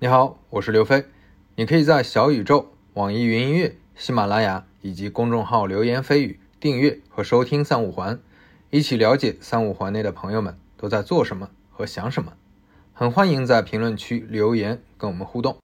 你好，我是刘飞。你可以在小宇宙、网易云音乐、喜马拉雅以及公众号“流言蜚语”订阅和收听《三五环》，一起了解三五环内的朋友们都在做什么和想什么。很欢迎在评论区留言跟我们互动。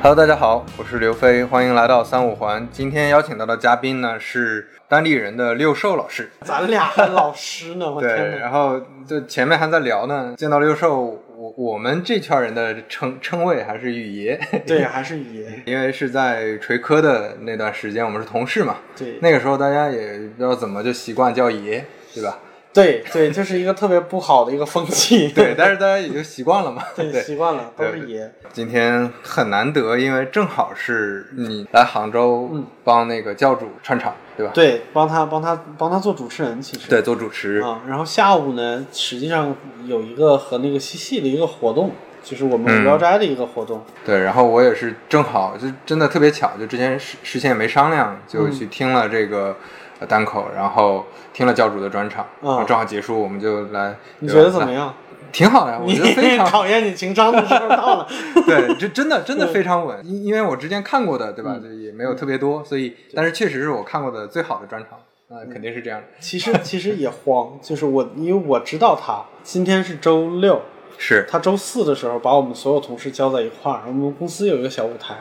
Hello，大家好，我是刘飞，欢迎来到三五环。今天邀请到的嘉宾呢是当地人的六兽老师。 咱俩还老师呢，我哦天对，哪！然后就前面还在聊呢，见到六兽，我我们这圈人的称称谓还是雨爷，对，还是爷，因为是在锤科的那段时间，我们是同事嘛，对，那个时候大家也不知道怎么就习惯叫爷，对吧？ 对对，就是一个特别不好的一个风气，对，但是大家也就习惯了嘛。 对，习惯了都是爷，今天很难得，因为正好是你来杭州嗯帮那个教主串场，对吧？对，帮他帮他帮他做主持人，其实对，做主持。啊，然后下午呢，实际上有一个和那个西戏的一个活动，就是我们嗯无聊斋的一个活动，对，然后我也是正好，就真的特别巧，就之前事事先也没商量，嗯就去听了这个呃单口，然后听了教主的专场，嗯然后正好结束，我们就来。你对觉吧得怎么来样？挺好呀，我你觉得非常考 验你情商的时候到了， 对，这真的真的非常稳，因因为我之前看过的，对吧？嗯就也没有特别多，所以但是确实是我看过的最好的专场，啊，嗯肯定是这样的。其实其实也慌，就是我因为我知道他今天是周六，是他周四的时候把我们所有同事叫在一块儿，我们公司有一个小舞台，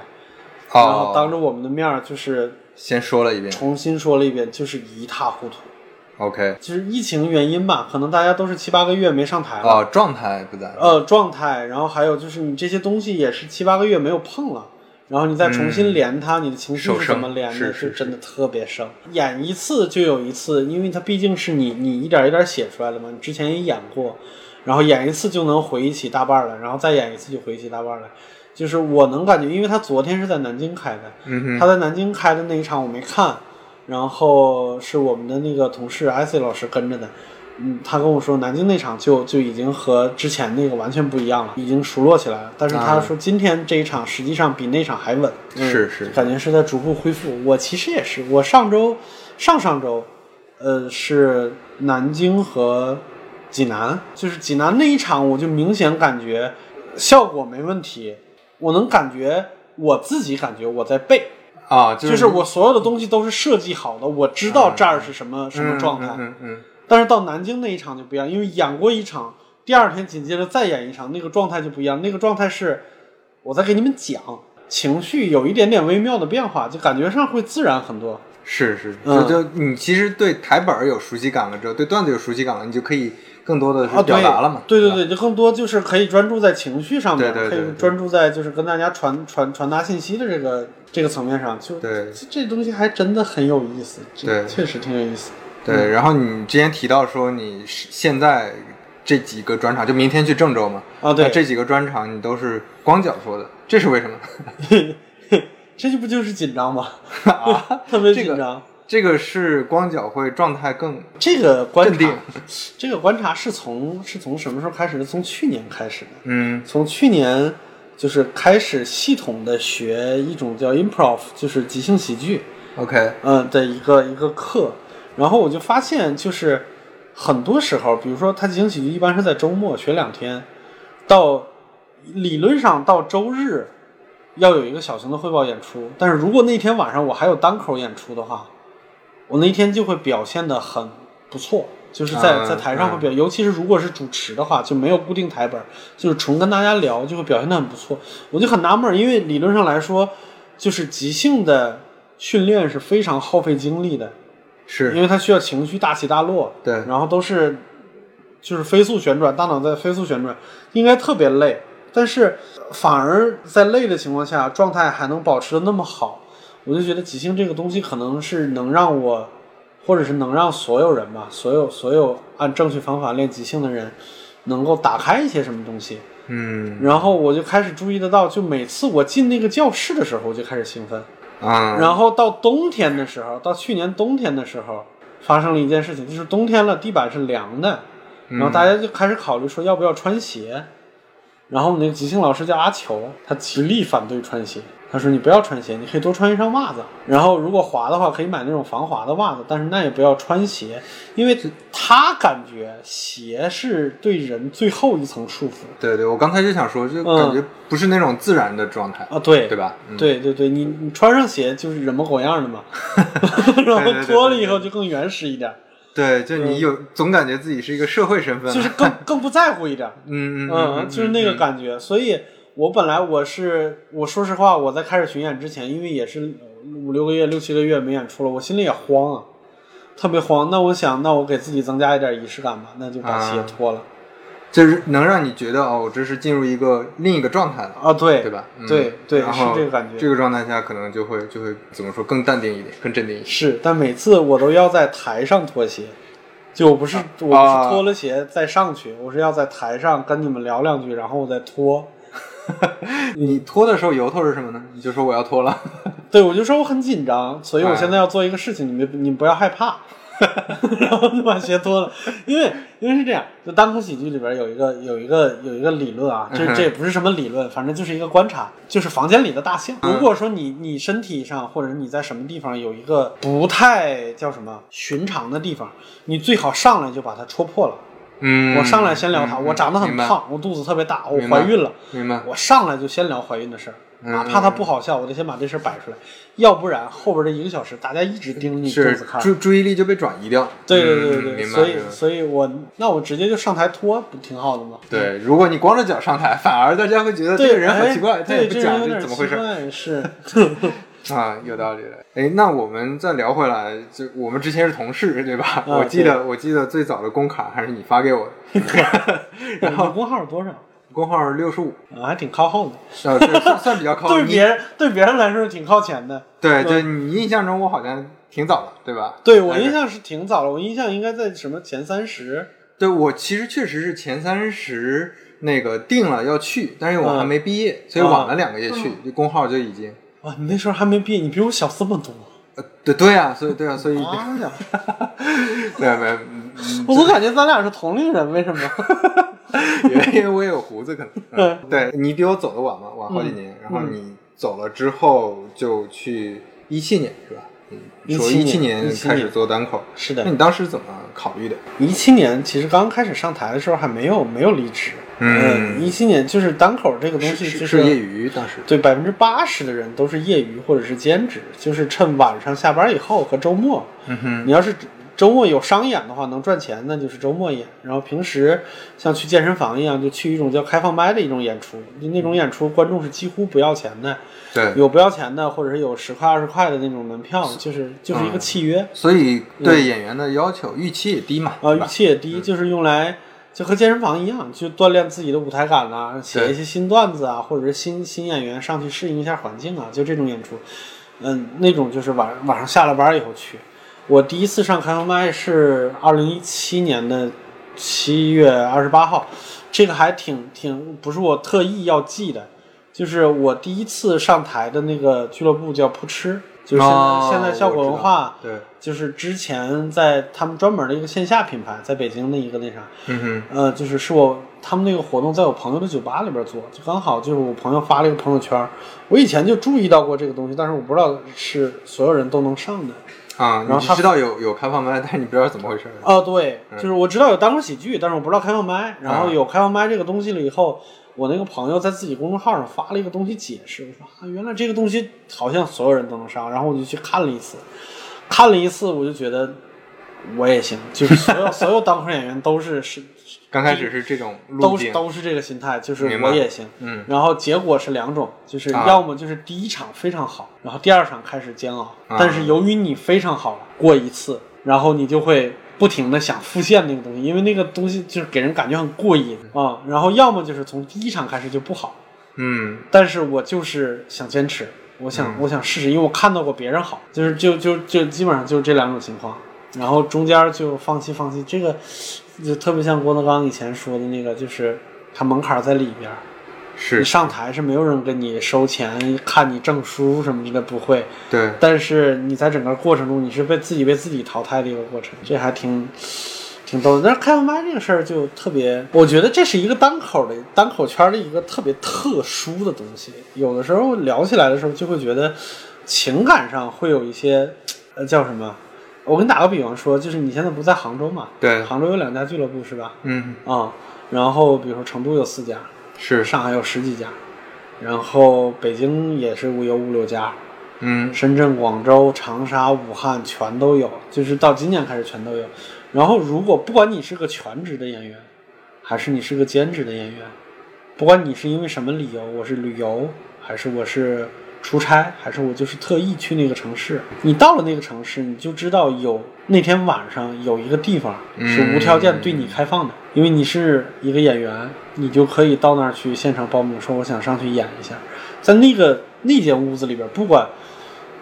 然后当哦，着我们的面儿就是先说了一遍重新说了一遍，就是一塌糊涂。 ，OK，就是疫情原因吧，可能大家都是七八个月没上台了，哦，状态不在，呃，状态，然后还有就是你这些东西也是七八个月没有碰了。然后你再重新连它，你的情绪手是生怎么连嗯是的？是就真的特别生。演一次就有一次，因为它毕竟是你你一点一点写出来的嘛，你之前也演过，然后演一次就能回忆起大半儿来，然后再演一次就回忆起大半儿来。就是我能感觉，因为他昨天是在南京开的，嗯哼，他在南京开的那一场我没看，然后是我们的那个同事艾 C 老师跟着的，嗯，他跟我说南京那场就就已经和之前那个完全不一样了，已经熟络起来了。但是他说今天这一场实际上比那场还稳，嗯、是是感觉是在逐步恢复。我其实也是，我上周上上周，呃，是南京和济南，就是济南那一场，我就明显感觉效果没问题，我能感觉我自己感觉我在背。啊，就就是我所有的东西都是设计好的，我知道这儿是什么、什么状态。嗯嗯嗯但是到南京那一场就不一样，因为演过一场，第二天紧接着再演一场，那个状态就不一样。那个状态是我在给你们讲，情绪有一点点微妙的变化，就感觉上会自然很多。嗯，是是，就嗯就你其实对台本儿有熟悉感了之后，对段子有熟悉感了，你就可以更多的啊，是表对达了嘛，对对吧，对，就更多就是可以专注在情绪上面，对对对可对以专注在就是跟大家传传传达信息的这个这个层面上，就对这这东西还真的很有意思，这对确实挺有意思。嗯对，然后你之前提到说你是现在这几个专场，就明天去郑州嘛？啊对那哎这几个专场你都是光脚说的，这是为什么？ 这就不就是紧张吗？啊，特别紧张。这个是光脚会状态更这个观镇定察，这个观察是从是从什么时候开始的？从去年开始的。嗯从去年就是开始系统的学一种叫 improv，就是即兴喜剧， OK 嗯、的一个一个课。然后我就发现，就是很多时候，比如说他即兴喜剧一般是在周末学两天，到理论上到周日要有一个小型的汇报演出，但是如果那天晚上我还有单口演出的话，我那天就会表现的很不错，就是在嗯在台上会表，尤其是如果是主持的话，就没有固定台本，就是纯跟大家聊，就会表现的很不错。我就很纳闷儿，因为理论上来说，就是即兴的训练是非常耗费精力的，因是为它需要情绪大起大落，对然后都是就是飞速旋转，大脑在飞速旋转，应该特别累，但是呃反而在累的情况下，状态还能保持的那么好，我就觉得即兴这个东西可能是能让我，或者是能让所有人吧，所有所有按正确方法练即兴的人，能够打开一些什么东西，嗯然后我就开始注意得到，就每次我进那个教室的时候，我就开始兴奋。啊然后到冬天的时候，到去年冬天的时候，发生了一件事情，就是冬天了，地板是凉的，然后大家就开始考虑说要不要穿鞋。然后我们那个即兴老师叫阿球，他极力反对穿鞋。他说：“你不要穿鞋，你可以多穿一双袜子。然后如果滑的话，可以买那种防滑的袜子，但是那也不要穿鞋，因为他感觉鞋是对人最后一层束缚。对对，我刚才就想说，就嗯感觉不是那种自然的状态，啊，对对吧？嗯，对对对，你你穿上鞋就是人模狗样 的嘛，然后对对脱了以后就更原始一点，对，就你有总感觉自己是一个社会身份，嗯啊就是更更不在乎一点，嗯嗯嗯，就是那个感觉。所以我本来我是我说实话，我在开始巡演之前，因为也是五六个月、六七个月没演出了，我心里也慌啊，特别慌。那我想，那我给自己增加一点仪式感吧，那就把鞋啊脱了就是能让你觉得哦，我这是进入一个另一个状态了，啊，对对？吧？嗯、对对然后是这个感觉这个状态下可能就会就会怎么说更淡定一点，更镇定一 些。是，但每次我都要在台上脱鞋，就我不是我不是脱了鞋再上去，我是要在台上跟你们聊两句，然后我再脱。你脱的时候由头是什么呢？你就说我要脱了，对，我就说我很紧张，所以我哎现在要做一个事情，你们你们不要害怕， 然后就把鞋脱了，因为因为是这样，就单口喜剧里边有一个有一个有一个理论啊，这嗯哼这也不是什么理论，反正就是一个观察，就是房间里的大象。嗯如果说你你身体上或者你在什么地方有一个不太叫什么寻常的地方，你最好上来就把它戳破了。嗯我上来先聊它，嗯我长得很明白胖，我肚子特别大，我明白怀孕了。明白？我上来就先聊怀孕的事儿，嗯哪怕它不好笑，我得先把这事儿摆出来，要不然后边这一个小时大家一直盯着你肚是子看。注注意力就被转移掉。对对对嗯对对，明白。所以明白所以我那我直接就上台脱不挺好的吗？对，如果你光着脚上台，反而大家会觉得这对，个人好哎奇怪，他也对，不这人讲有这点怎么回事奇怪是， 啊，有道理了。哎，那我们再聊回来，就我们之前是同事对吧？啊我记得我记得最早的工卡还是你发给我的， 你工号多少？工号六 十五，啊，还挺靠后的，啊，这算算比较靠 对你别人对别人来说是挺靠前的。对对，你印象中我好像挺早的，对吧？对我哎但是印象是挺早了，我印象应该在什么前三十。对我其实确实是前三十那个定了要去，但是嗯我还没毕业，所以晚了两个月去，就工号就已经。哇，你那时候还没毕业，你比我小这么多。呃，对对啊，所以对啊，所以妈呀！ 对没，嗯 我总感觉咱俩是同龄人，为什么？因为我也有胡子， 可能。嗯、对你比我走的晚嘛，晚嗯好几年。然后你走了之后就去一七年是吧？嗯，你说17七年年17开始做单口，是那的，你当时怎么考虑的？一七年其实刚开始上台的时候还没有没有离职，呃嗯一七年就是单口这个东是西就是是业余当时。对百分之八十的人都是业余或者是兼职，就是趁晚上下班以后和周末，嗯哼，你要是周末有商演的话能赚钱，那就是周末演，然后平时像去健身房一样，就去一种叫开放麦的一种演出，就那种演出观众是几乎不要钱的，对。有不要钱的或者是有十块二十块的那种门票，就是就是嗯一个契约。所以对演员的要求预期也低嘛，嗯啊，对预吧？嗯期也低，就是用来就和健身房一样，就锻炼自己的舞台感啦、写一些新段子啊，或者是新新演员上去适应一下环境啊，就这种演出。嗯，那种就是晚晚上下了班以后去。我第一次上开放麦是二零一七年的七月二十八号，这个还挺挺不是我特意要记的，就是我第一次上台的那个俱乐部叫扑哧，就是现在、哦现在效果我知文道化。对，就是之前在他们专门的一个线下品牌，在北京的一个那啥，嗯哼，呃，就是是我他们那个活动在我朋友的酒吧里边做，就刚好就是我朋友发了一个朋友圈，我以前就注意到过这个东西，但是我不知道是所有人都能上的。啊，然后你只他知道有有开放麦， 但是你不知道怎么回事儿。嗯哦，对，就是我知道有单口喜剧，但是我不知道开放麦。然后有开放麦这个东西了以后，我那个朋友在自己公众号上发了一个东西解释，我说啊，原来这个东西好像所有人都能上。然后我就去看了一次，看了一次我就觉得我也行，就是所有 所有单口演员都是是刚开始是这种路都是径，都是这个心态，就是明白我也行。嗯，然后结果是两种，就是啊要么就是第一场非常好，然后第二场开始煎熬。啊但是由于你非常好了，过一次，然后你就会不停的想复现那个东西，因为那个东西就是给人感觉很过瘾啊、然后要么就是从第一场开始就不好，嗯，但是我就是想坚持，我想、我想试试，因为我看到过别人好，就是就就就基本上就是这两种情况，然后中间就放弃放弃，这个就特别像郭德纲以前说的那个，就是他门槛在里边儿，你是，上台是没有人跟你收钱、看你证书什么的，不会。对，但是你在整个过程中，你是被自己被自己淘汰的一个过程，这还挺挺逗的。但是开放麦这个事儿就特别，我觉得这是一个单口的单口圈的一个特别特殊的东西。有的时候聊起来的时候，就会觉得情感上会有一些呃叫什么？我给你打个比方说，就是你现在不在杭州嘛？对杭州有两家俱乐部是吧？嗯，啊、然后比如说成都有四家，是，上海有十几家，然后北京也是有五六家，嗯，深圳、广州、长沙、武汉全都有，就是到今年开始全都有。然后，如果不管你是个全职的演员，还是你是个兼职的演员，不管你是因为什么理由，我是旅游，还是我是出差，还是我就是特意去那个城市，你到了那个城市，你就知道有那天晚上有一个地方是无条件对你开放的，因为你是一个演员，你就可以到那儿去现场报名，说我想上去演一下，在那个那间屋子里边，不管。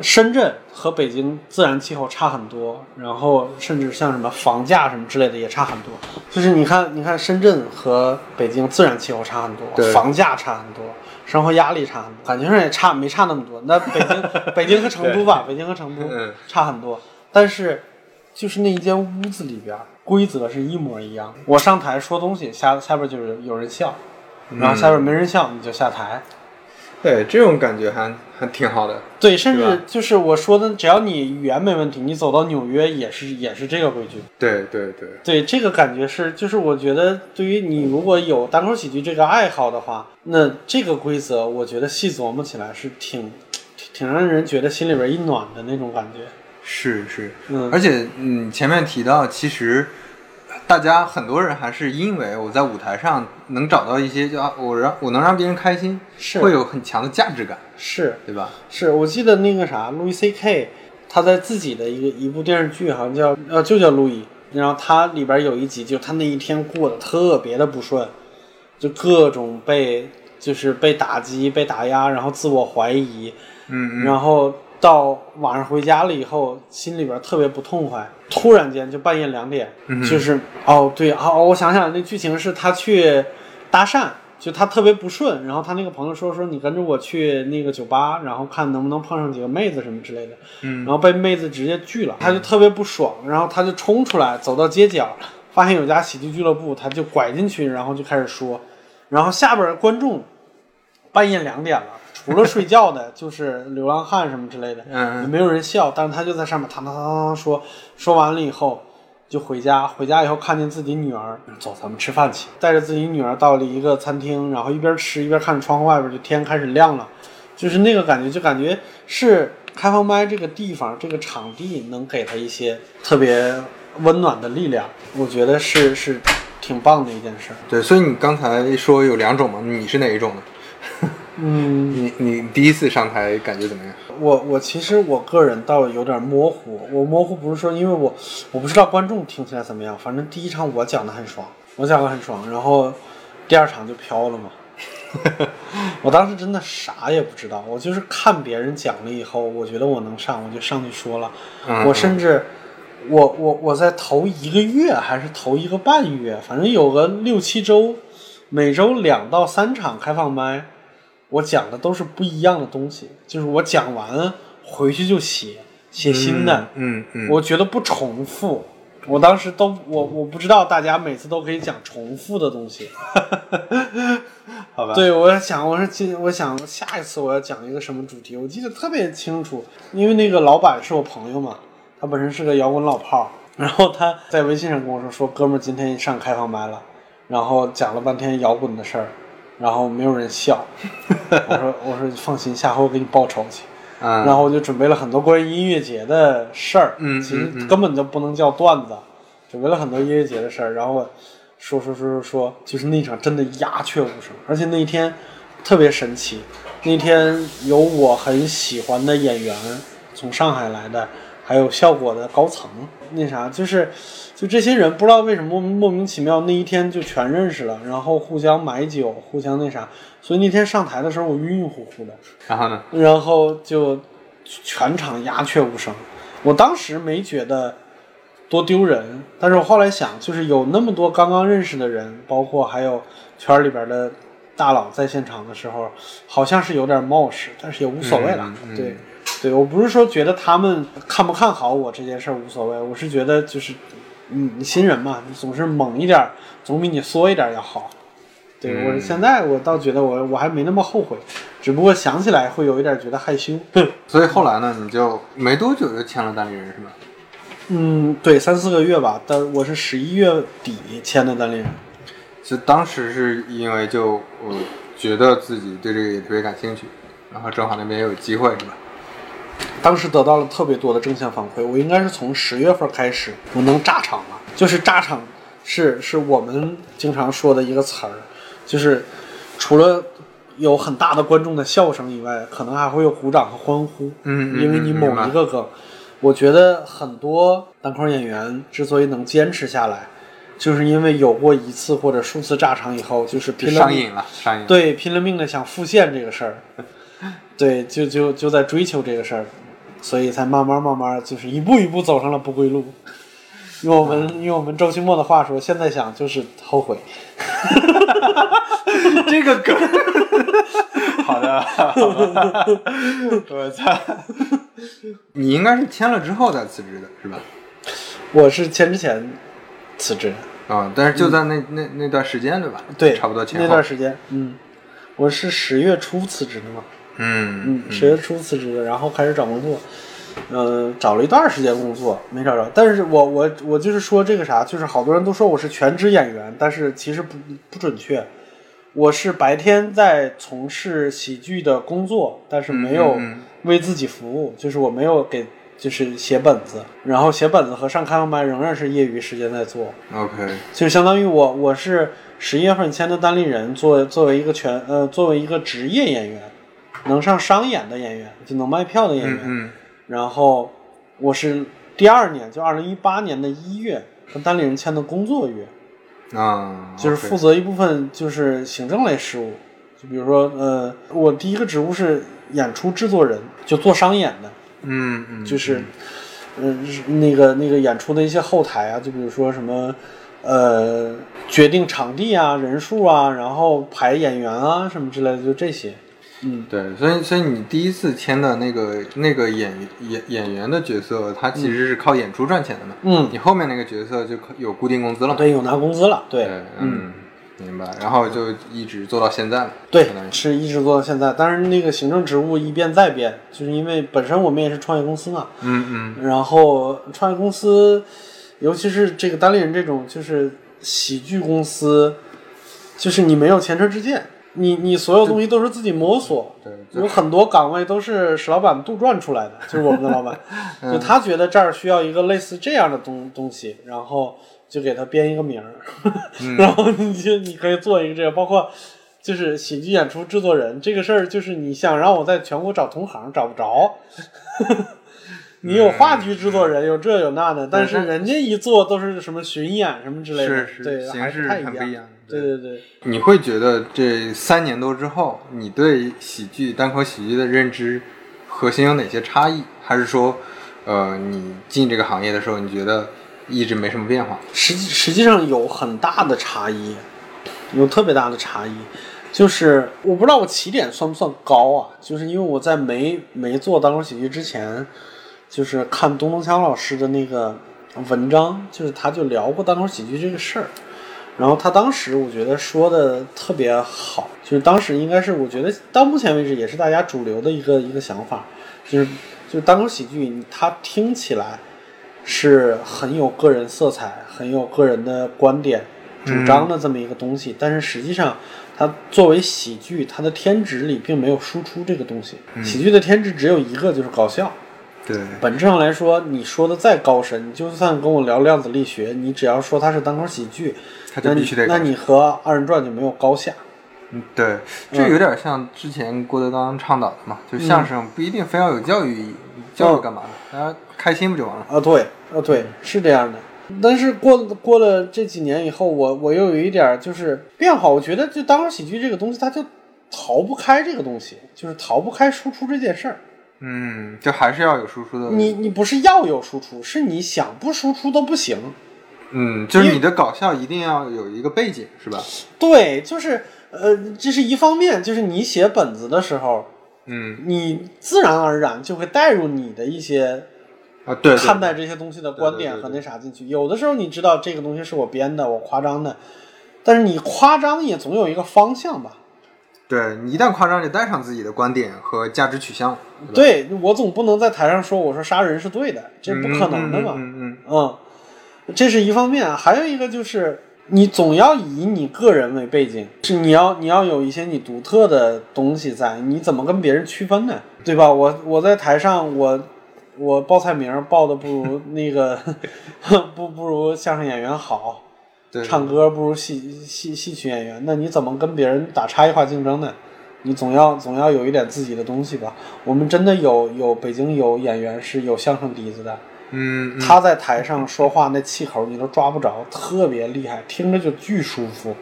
深圳和北京自然气候差很多，然后甚至像什么房价什么之类的也差很多。就是你看，你看深圳和北京自然气候差很对多，房价差很多，生活压力差很多，感情上也差没差那么多。那北京 北京和成都吧，北京和成都嗯差很多，但是就是那一间屋子里边规则是一模一样的。我上台说东西，下下边就是有人笑，然后下边没人笑你就下台。对，这种感觉还还挺好的，对，甚对吧至就是我说的，只要你语言没问题，你走到纽约也是也是这个规矩。对对对，对，这个感觉是，就是我觉得对于你如果有单口喜剧这个爱好的话，那这个规则我觉得细琢磨起来是挺挺挺让人觉得心里边一暖的那种感觉。是是，嗯而且嗯，前面提到，其实大家很多人还是因为我在舞台上能找到一些，就啊，我让我能让别人开心，是会有很强的价值感，是对吧？是，我记得那个啥，路易 C K，他在自己的一个一部电视剧，好像叫呃就叫路易，然后他里边有一集，就他那一天过得特别的不顺，就各种被就是被打击、被打压，然后自我怀疑，嗯嗯，然后到晚上回家了以后，心里边特别不痛快，突然间就半夜两点，嗯就是哦对哦，哦我想想那剧情是他去搭讪，就他特别不顺，然后他那个朋友说说你跟着我去那个酒吧，然后看能不能碰上几个妹子什么之类的，然后被妹子直接拒了，他就特别不爽，然后他就冲出来走到街角，发现有家喜剧俱乐部，他就拐进去，然后就开始说，然后下边观众半夜两点了，除了睡觉的，就是流浪汉什么之类的，嗯也没有人笑，但是他就在上面堂堂堂堂堂说，说完了以后就回家，回家以后看见自己女儿，走，咱们吃饭去，带着自己女儿到了一个餐厅，然后一边吃一边看着窗户外边，就天开始亮了，就是那个感觉，就感觉是开放麦这个地方这个场地能给他一些特别温暖的力量，我觉得是是挺棒的一件事儿，对，所以你刚才说有两种嘛，你是哪一种呢？嗯。你你第一次上台感觉怎么样？我我其实我个人倒有点模糊，我模糊不是说因为我我不知道观众听起来怎么样，反正第一场我讲的很爽，我讲的很爽，然后第二场就飘了嘛。 我当时真的啥也不知道，我就是看别人讲了以后，我觉得我能上，我就上去说了。嗯我甚至我我我在头一个月还是头一个半月，反正有个六七周，每周两到三场开放麦，我讲的都是不一样的东西，就是我讲完回去就写写新的，嗯嗯，我觉得不重复。我当时都我我不知道大家每次都可以讲重复的东西，好吧，对，我想，我说今，我想下一次我要讲一个什么主题，我记得特别清楚，因为那个老板是我朋友嘛，他本身是个摇滚老炮儿，然后他在微信上跟我说，说哥们儿今天上开放麦了，然后讲了半天摇滚的事儿，然后没有人笑，我说我说放心，下回我给你报仇去。嗯，然后我就准备了很多关于音乐节的事儿，嗯其实根本就不能叫段子，准备了很多音乐节的事儿，然后我说说说说说，就是那场真的鸦雀无声，而且那一天特别神奇，那天有我很喜欢的演员从上海来的，还有效果的高层，那啥就是。就这些人不知道为什么莫名其妙那一天就全认识了，然后互相买酒，互相那啥，所以那天上台的时候我晕晕乎乎的，然后呢？然后就全场鸦雀无声。我当时没觉得多丢人，但是我后来想，就是有那么多刚刚认识的人，包括还有圈里边的大佬在现场的时候，好像是有点冒失，但是也无所谓了。嗯嗯对，对我不是说觉得他们看不看好我这件事儿无所谓，我是觉得就是，嗯，你新人嘛，你总是猛一点儿，总比你缩一点儿要好。对、嗯我现在我倒觉得我我还没那么后悔，只不过想起来会有一点儿觉得害羞。所以后来呢，你就没多久就签了单立人是吧？嗯，对，三四个月吧，但我是十一月底签的单立人。就当时是因为就我觉得自己对这个也特别感兴趣，然后正好那边也有机会是吧？当时得到了特别多的正向反馈，我应该是从十月份开始，我能炸场了。就是炸场是是我们经常说的一个词儿，就是除了有很大的观众的笑声以外，可能还会有鼓掌和欢呼。嗯嗯因为你嗯某明白一个梗，我觉得很多单口演员之所以能坚持下来，就是因为有过一次或者数次炸场以后，就是就拼了上命瘾 了，上瘾了。对，拼了命的想复现这个事儿，对，就就就在追求这个事儿，所以才慢慢慢慢就是一步一步走上了不归路。用我们用我们周奇墨的话说，现在想就是后悔。这个梗， 好的，好的我操！你应该是签了之后再辞职的是吧？ 我是签之前辞职，啊、但是就在那、那那段时间对吧？嗯对，差不多前后那段时间，嗯，我是十月初辞职的嘛，嗯嗯，十月初辞职的，然后开始找工作，呃，找了一段时间工作没找着，但是我我我就是说这个啥，就是好多人都说我是全职演员，但是其实不不准确，我是白天在从事喜剧的工作，但是没有嗯嗯嗯为自己服务，就是我没有给就是写本子，然后写本子和上开放班仍然是业余时间在做， OK，就相当于我我是十一月份签的单立人，作作为一个全呃作为一个职业演员，能上商演的演员，就能卖票的演员。嗯然后我是第二年，就二零一八年的一月跟单立人签的工作约，嗯啊，就是 OK 负责一部分就是行政类事务，就比如说呃，我第一个职务是演出制作人，就做商演的。嗯嗯，就是，嗯、是那个那个演出的一些后台啊，就比如说什么，呃，决定场地啊、人数啊，然后排演员啊什么之类的，就这些。嗯，对，所以所以你第一次签的那个那个演演演员的角色，他其实是靠演出赚钱的嘛。嗯你后面那个角色就有固定工资了嘛？对，有拿工资了，对，嗯，嗯，明白。然后就一直做到现在了，对相当于，是一直做到现在。但是那个行政职务一变再变，就是因为本身我们也是创业公司嘛，嗯嗯然后创业公司，尤其是这个单立人这种就是喜剧公司，就是你没有前车之鉴，你你所有东西都是自己摸索。对就有很多岗位都是史老板杜撰出来的，就是我们的 老板，就他觉得这儿需要一个类似这样的东东西，然后就给他编一个名儿，嗯 然后你就你可以做一个这个，包括就是喜剧演出制作人这个事儿，就是你想让我在全国找同行找不着， 你有话剧制作嗯人，有这有那的，但是人家一做都是什么巡演什么之类的，是是对，形还式不太很不一一样对对对，你会觉得这三年多之后，你对喜剧单口喜剧的认知核心有哪些差异？还是说，呃，你进这个行业的时候，你觉得一直没什么变化？实际实际上有很大的差异，有特别大的差异。就是我不知道我起点算不算高啊？就是因为我在没没做单口喜剧之前，就是看东东锵老师的那个文章，就是他就聊过单口喜剧这个事儿。然后他当时我觉得说的特别好，就是当时应该是我觉得到目前为止也是大家主流的一个一个想法，就是就是单口喜剧，它听起来是很有个人色彩、很有个人的观点、主张的这么一个东西，但是实际上它作为喜剧，它的天职里并没有输出这个东西。喜剧的天职只有一个，就是搞笑。对，本质上来说，你说的再高深，你就算跟我聊量子力学，你只要说它是单口喜剧，他就必须得那你那你和二人转就没有高下。嗯对，这有点像之前郭德纲倡导的嘛，就相嗯声不一定非要有教育意义，教育干嘛呢？大家开心不就完了？啊，对，啊对，是这样的。但是过过了这几年以后，我我又有一点儿就是变化，我觉得就当口喜剧这个东西，它就逃不开这个东西，就是逃不开输出这件事儿。嗯，就还是要有输出的。你你不是要有输出，是你想不输出都不行。嗯，就是你的搞笑一定要有一个背景，是吧？对，就是呃，这是一方面，就是你写本子的时候，嗯你自然而然就会带入你的一些啊，对，对看待这些东西的观点对对对和对那啥进去。有的时候你知道这个东西是我编的，我夸张的，但是你夸张也总有一个方向吧？对你一旦夸张，就带上自己的观点和价值取向，对吧对我总不能在台上说我说杀人是对的，这不可能的嘛。嗯嗯嗯嗯嗯，这是一方面，啊还有一个就是你总要以你个人为背景，是你要你要有一些你独特的东西在，你怎么跟别人区分呢？对吧？我我在台上我。我报菜名儿报的不如那个， 不不如相声演员好，对，唱歌不如戏戏戏曲演员，那你怎么跟别人打差异化竞争呢？你总要总要有一点自己的东西吧。我们真的有有北京有演员是有相声底子的，嗯，嗯他在台上说话那气口你都抓不着，特别厉害，听着就巨 舒服。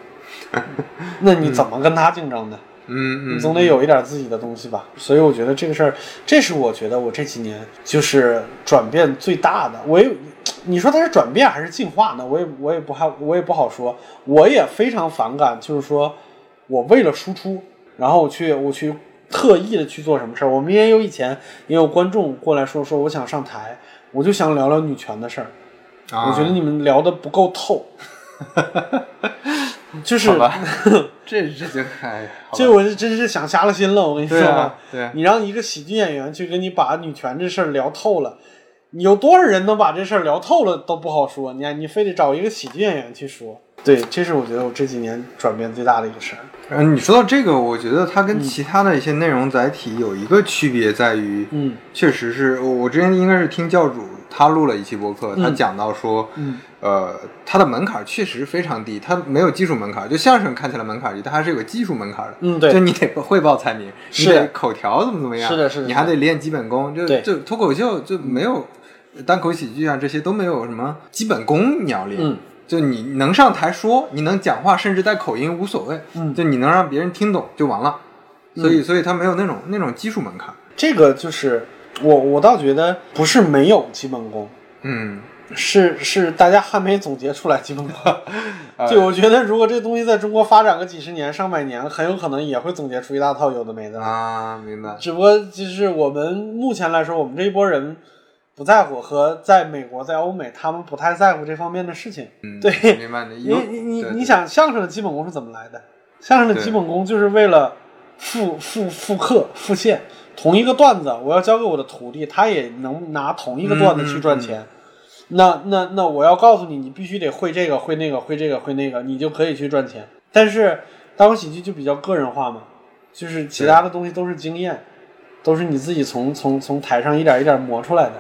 那你怎么跟他竞争呢？嗯你嗯，总得有一点自己的东西吧。所以我觉得这个事儿，这是我觉得我这几年就是转变最大的。我也，你说它是转变还是进化呢？我也我也不还我也不好说。我也非常反感，就是说我为了输出，然后我去我去特意的去做什么事儿。我们也有以前也有观众过来说说我想上台，我就想聊聊女权的事儿。啊我觉得你们聊的不够 透，就是好吧这这就哎，好吧这我是真是想瞎了心了，我跟你说对吧。啊对啊，你让一个喜剧演员去跟你把女权这事儿聊透了，你有多少人能把这事儿聊透了都不好说，你你非得找一个喜剧演员去说。对，这是我觉得我这几年转变最大的一个事儿。嗯，你说到这个，我觉得它嗯跟其他的一些内容载体有一个区别在于，嗯确实是我我之前应该是听教主他录了一期播客，他嗯讲到说，嗯呃，它的门槛确实非常低，它没有技术门槛，就相声看起来门槛低，它还是有个技术门槛的。嗯，就对你得会报菜名，你是的得口条怎么怎么样，是的是的你还得练基本功，就对就脱口秀就没有单口喜剧啊这些都没有什么基本功你要练，嗯就你能上台说，你能讲话，甚至带口音无所谓，嗯，就你能让别人听懂就完了。所以，所以它没有那种那种技术门槛。这个就是我我倒觉得不是没有基本功，嗯，是是大家还没总结出来基本 功。呃对，我觉得如果这东西在中国发展个几十年、上百年，很有可能也会总结出一大套有的没的。啊，明白。只不过就是我们目前来说，我们这一波人不在乎，和在美国、在欧美，他们不太在乎这方面的事情。嗯，对明白你你你你对你想，相声的基本功是怎么来的？相声的基本功就是为了复复复刻、复现同一个段子，我要教给我的徒弟，他也能拿同一个段嗯子去赚钱。那那那我要告诉你，你必须得会这个、会那个、会这个、会那个，你就可以去赚钱。但是单口喜剧就比较个人化嘛，就是其他的东西都是经验，都是你自己从从从台上一点一点磨出来的。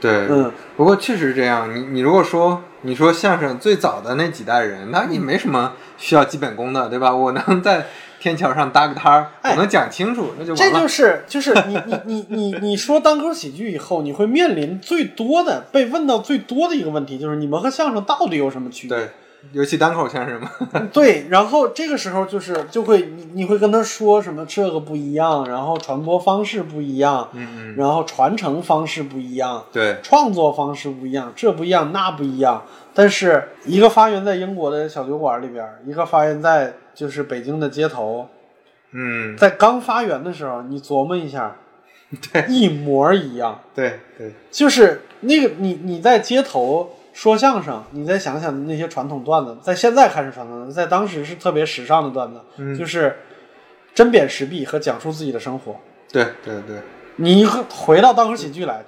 对，嗯，不过确实这样，你你如果说你说相声最早的那几代人，那嗯也没什么需要基本功的，对吧？我能在天桥上搭个摊儿，哎我能讲清楚，那就这完了。就是就是你你你你你说单口喜剧以后，你会面临最多的被问到最多的一个问题，就是你们和相声到底有什么区别？对，尤其单口相声嘛，对，然后这个时候就是就会你你会跟他说什么这个不一样，然后传播方式不一样，嗯嗯，然后传承方式不一样， 对，创作方式不一样，这不一样那不一样。但是一个发源在英国的小酒馆里边，一个发源在就是北京的街头，嗯，在刚发源的时候，你琢磨一下，对一模一样。对对，就是那个你你在街头说相声，你再想想那些传统段子，在现在看是传统段子，在当时是特别时尚的段子，嗯就是针砭时弊和讲述自己的生活。对对对，你一个回到单口喜剧来，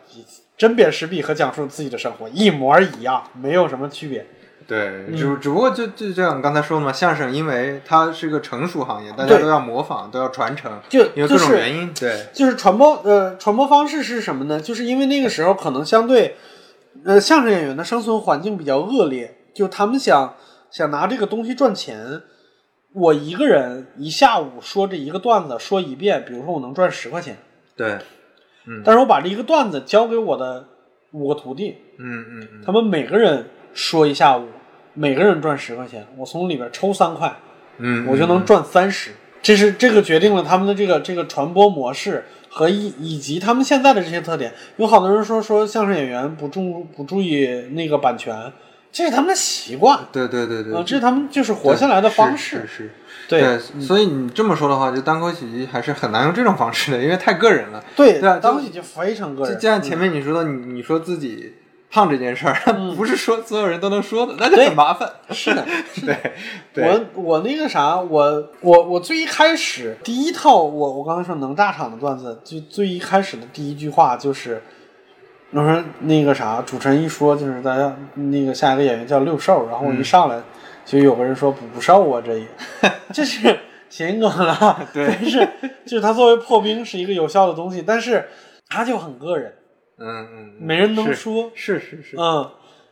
针砭时弊和讲述自己的生活一模一样，没有什么区别。嗯对，只只不过就就就像你刚才说的嘛，相声因为它是个成熟行业，大家对都要模仿，都要传承，就因为就各种是原因，对，就是传播呃传播方式是什么呢？就是因为那个时候可能相对，呃相声演员的生存环境比较恶劣，就他们想想拿这个东西赚钱。我一个人一下午说这一个段子，说一遍，比如说我能赚十块钱，对，但是我把这一个段子交给我的五个徒弟，嗯嗯嗯，他们每个人说一下午，每个人赚十块钱，我从里边抽三块，嗯，我就能嗯赚三十。这是这个决定了他们的这个这个传播模式和以以及他们现在的这些特点。有好多人说说相声演员不注不注意那个版权，这是他们的习惯，对对对对啊，，这是他们就是活下来的方是式。是是对嗯所以你这么说的话，就单口喜剧还是很难用这种方式的，因为太个人了。对对啊就当时已经非常个就人，就像前面你说的，你你说自己胖这件事儿， 不是说所有人都能说的，那就嗯对很麻烦。 是的，对对我我那个啥，我我我最一开始第一套我我刚才说能炸场的段子，就最一开始的第一句话就是，我说那个啥，主持人一说就是大家那个下一个演员叫六兽，然后嗯我一上来、就有个人说不不兽啊，这也这是谐音梗了，对但是就是他作为破冰是一个有效的东西，但是他就很个人，嗯嗯，没人能是说，是是是，嗯。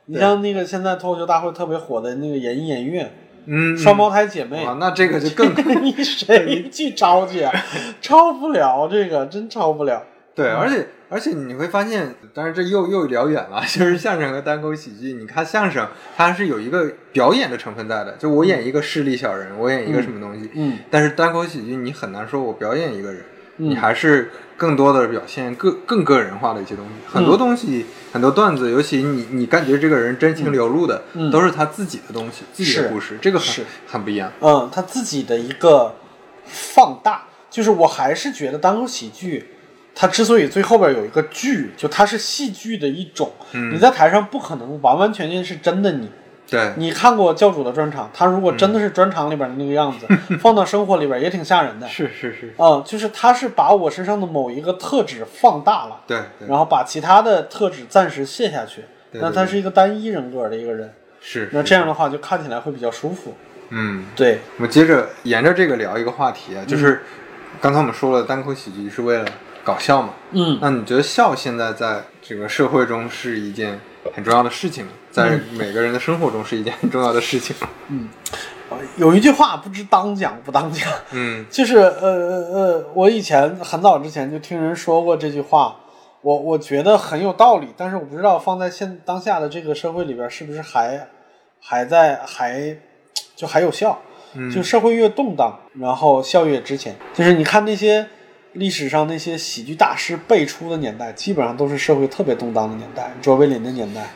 你对像那个现在脱口秀大会特别火的那个演艺演员，嗯，双胞胎姐妹，啊，那这个就 更你谁去招去啊？招不了，这个真招不了。对，而且而且你会发现，当然这又又聊远了， 就是相声和单口喜剧。你看相声，它是有一个表演的成分在的，就我演一个势利小人，我演一个什么东西。嗯但是单口喜剧，你很难说我表演一个人，嗯你还是更多的表现个更个人化的一些东西。很嗯多东西，很多段子，尤其你你感觉这个人真情流露的，嗯都是他自己的东西，自己是的故事，这个是很很不一样。嗯，他自己的一个放大，就是我还是觉得单口喜剧，它之所以最后边有一个剧，就它是戏剧的一种。嗯你在台上不可能完完全全是真的你。对，你看过教主的专场，他如果真的是专场里边的那个样 子，放到生活里边也挺吓人的。是是是，嗯，就是他是把我身上的某一个特质放大了。对对然后把其他的特质暂时卸下去。对那对他对是一个单一人格的一个人，是。那是这样的话就看起来会比较舒服。嗯。对，我们接着沿着这个聊一个话嗯题啊，就是刚才我们说了，单口喜剧是为了搞笑嘛？嗯，那你觉得笑现在在这个社会中是一件很重要的事情吗？在每个人的生活中是一件很重要的事情吗？呃有一句话不知当讲不当讲，嗯就是呃呃呃，我以前很早之前就听人说过这句话，我我觉得很有道理，但是我不知道放在现当下的这个社会里边是不是还还在还就还有效。嗯，就社会越动荡，然后笑越值钱。就是你看那些历史上那些喜剧大师辈出的年代，基本上都是社会特别动荡的年代，卓别林的年代，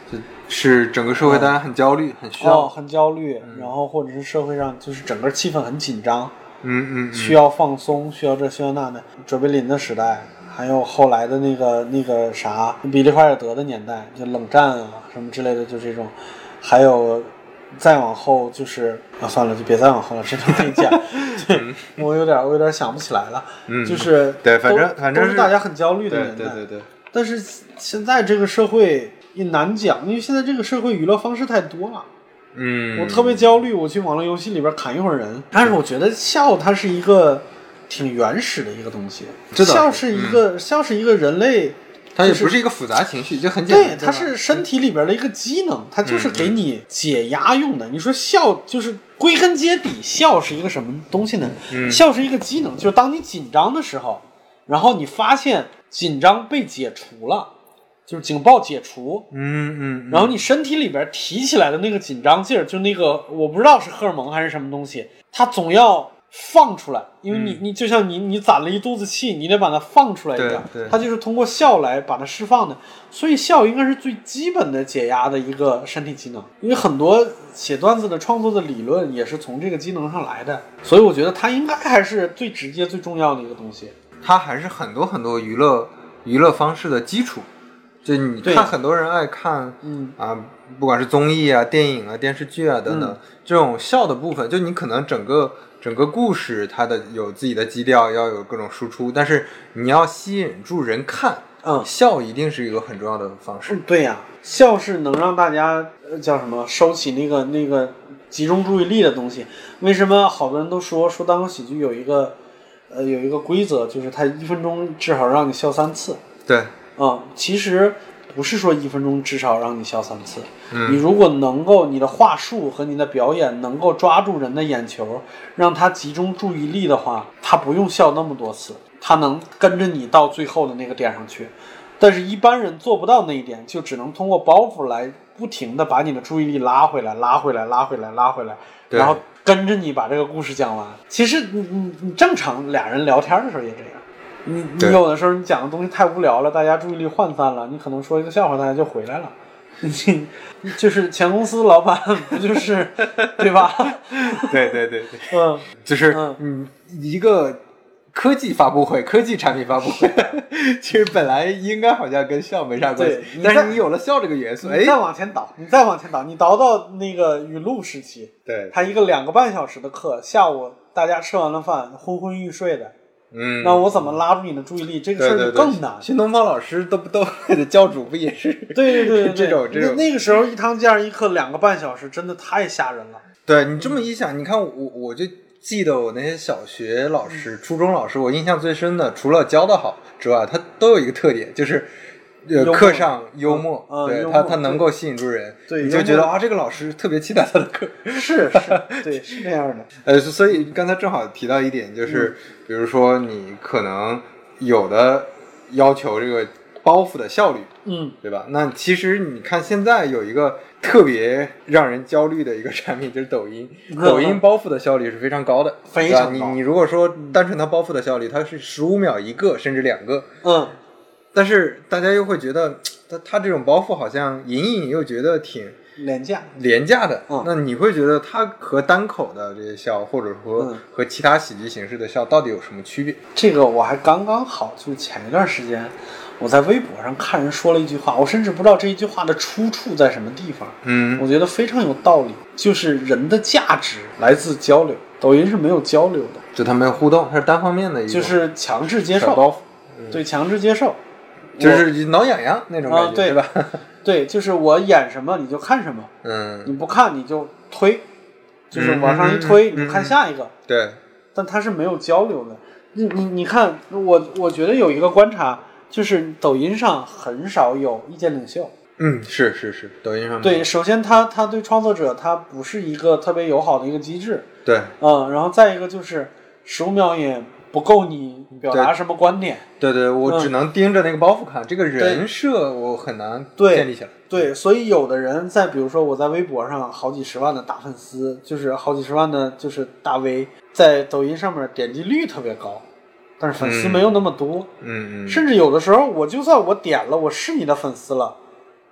是整个社会大家很焦虑，很需哦，要，嗯很焦虑，然后或者是社会上就是整个气氛很紧张，嗯嗯嗯，需要放松，需要这需要那的。卓别林的时代，还有后来的那个那个啥，比利怀尔德的年代，就冷战啊什么之类的，就这种，还有。再往后就是啊，算了，就别再往后了，这个可以讲。对，我有点，我有点想不起来了。嗯就是对反都正反正都是是大家很焦虑的对年代。对对对，但是现在这个社会也难讲，因为现在这个社会娱乐方式太多了。嗯，我特别焦虑，我去网络游戏里边砍一会儿人。但是我觉得笑它是一个挺原始的一个东西，这倒是笑是一个、笑是一个人类，它也就是不是一个复杂情绪，就很简单，对，对吧它是身体里边的一个机能，它就是给你解压用的。你说笑就是归根结底，笑是一个什么东西呢？笑是一个机能，就是当你紧张的时候，然后你发现紧张被解除了，就是警报解除，嗯嗯，然后你身体里边提起来的那个紧张劲儿，就那个我不知道是荷尔蒙还是什么东西，它总要放出来，因为嗯你、你就像你你攒了一肚子气，你得把它放出来一样对对，它就是通过笑来把它释放的，所以笑应该是最基本的解压的一个身体机能，因为很多写段子的创作的理论也是从这个机能上来的，所以我觉得它应该还是最直接最重要的一个东西。它还是很多很多娱乐娱乐方式的基础。就你对看，很多人爱看，嗯啊，不管是综艺啊、电影啊、电视剧啊等等，嗯这种笑的部分，就你可能整个整个故事它的有自己的基调，要有各种输出，但是你要吸引住人看，嗯，笑一定是一个很重要的方式。嗯，对呀、笑是能让大家呃叫什么收起那个那个集中注意力的东西。为什么好多人都说说单口喜剧有一个呃有一个规则，就是它一分钟至少让你笑三次对，啊、其实不是说一分钟至少让你笑三次，你如果能够你的话术和你的表演能够抓住人的眼球，让他集中注意力的话，他不用笑那么多次，他能跟着你到最后的那个点上去。但是，一般人做不到那一点，就只能通过包袱来不停的把你的注意力拉回来，拉回来，拉回来，拉回来，对然后跟着你把这个故事讲完。其实你，你你正常俩人聊天的时候也这样。你你对有的时候你讲的东西太无聊了，大家注意力涣散了，你可能说一个笑话，大家就回来了。 你就是前公司老板不就是 对吧？对对对对，嗯，就是嗯嗯，一个科技发布会、科技产品发布会， 其实本来应该好像跟笑没啥关系对，你但在是你有了笑这个元素，哎你，再往前倒，你再往前倒，你倒到那个语录时期，对，他一个两个半小时的课，下午大家吃完了饭昏昏欲睡的，嗯，那我怎么拉住你的注意力？这个对事儿对就对更难。新东方老师 都不都教主不也是？对对对对，这种这种那那个时候一堂健儿一课两个半小时，真的太吓人了。对你这么一想，你看我我就记得我那些小学老师、初中老师，我印象最深的，除了教的好之外，他都有一个特点，就是。呃幽，默课上幽默，嗯嗯对幽他，默他能对够吸引住人，对你就幽默觉得啊，这个老师特别期待他的课。是是，对，是那样 的。呃，所所以刚才正好提到一点，就是、嗯比如说你可能有的要求这个包袱的效率，嗯，对吧？那其实你看，现在有一个特别让人焦虑的一个 产品，就是抖音。抖音包袱的效率是非常高的，嗯非对吧常高你你如果说单纯它包袱的效率，它是十五秒一个，甚至两个。嗯，但是大家又会觉得，它它这种包袱好像隐隐又觉得挺廉价。廉价的。嗯那你会觉得它和单口的这些笑，或者说嗯和其他喜剧形式的笑，到底有什么区别？这个我还刚刚好，就前一段时间，我在微博上看人说了一句话，我甚至不知道这一句话的出处在什么地方，嗯我觉得非常有道理。就是人的价值来自交流，抖音是没有交流的，就他没有互动，它是单方面的一种就是强制接小包受，袱，对，强制接受，就是挠痒痒那种感觉，啊对是吧？ 对，就是我演什么你就看什么，你嗯，不看你就推，就是嗯往上一嗯推，嗯你就看下一个，对，但它是没有交流的。你你你看，我我觉得有一个观察，就是抖音上很少有意见领袖。嗯，是是是，抖音上面对，首先它它对创作者它不是一个特别友好的一个机制，对嗯，然后再一个就是十五秒也不够你表达什么观点，对对，我嗯只能盯着那个包袱看，这个人设我很难对建立起来。对，所以有的人在，比如说我在微博上好几十万的大粉丝，就是好几十万的，就是大 V，在抖音上面点击率特别高，但是粉丝嗯没有那么多，嗯嗯，甚至有的时候我就算我点了，我是你的粉丝了，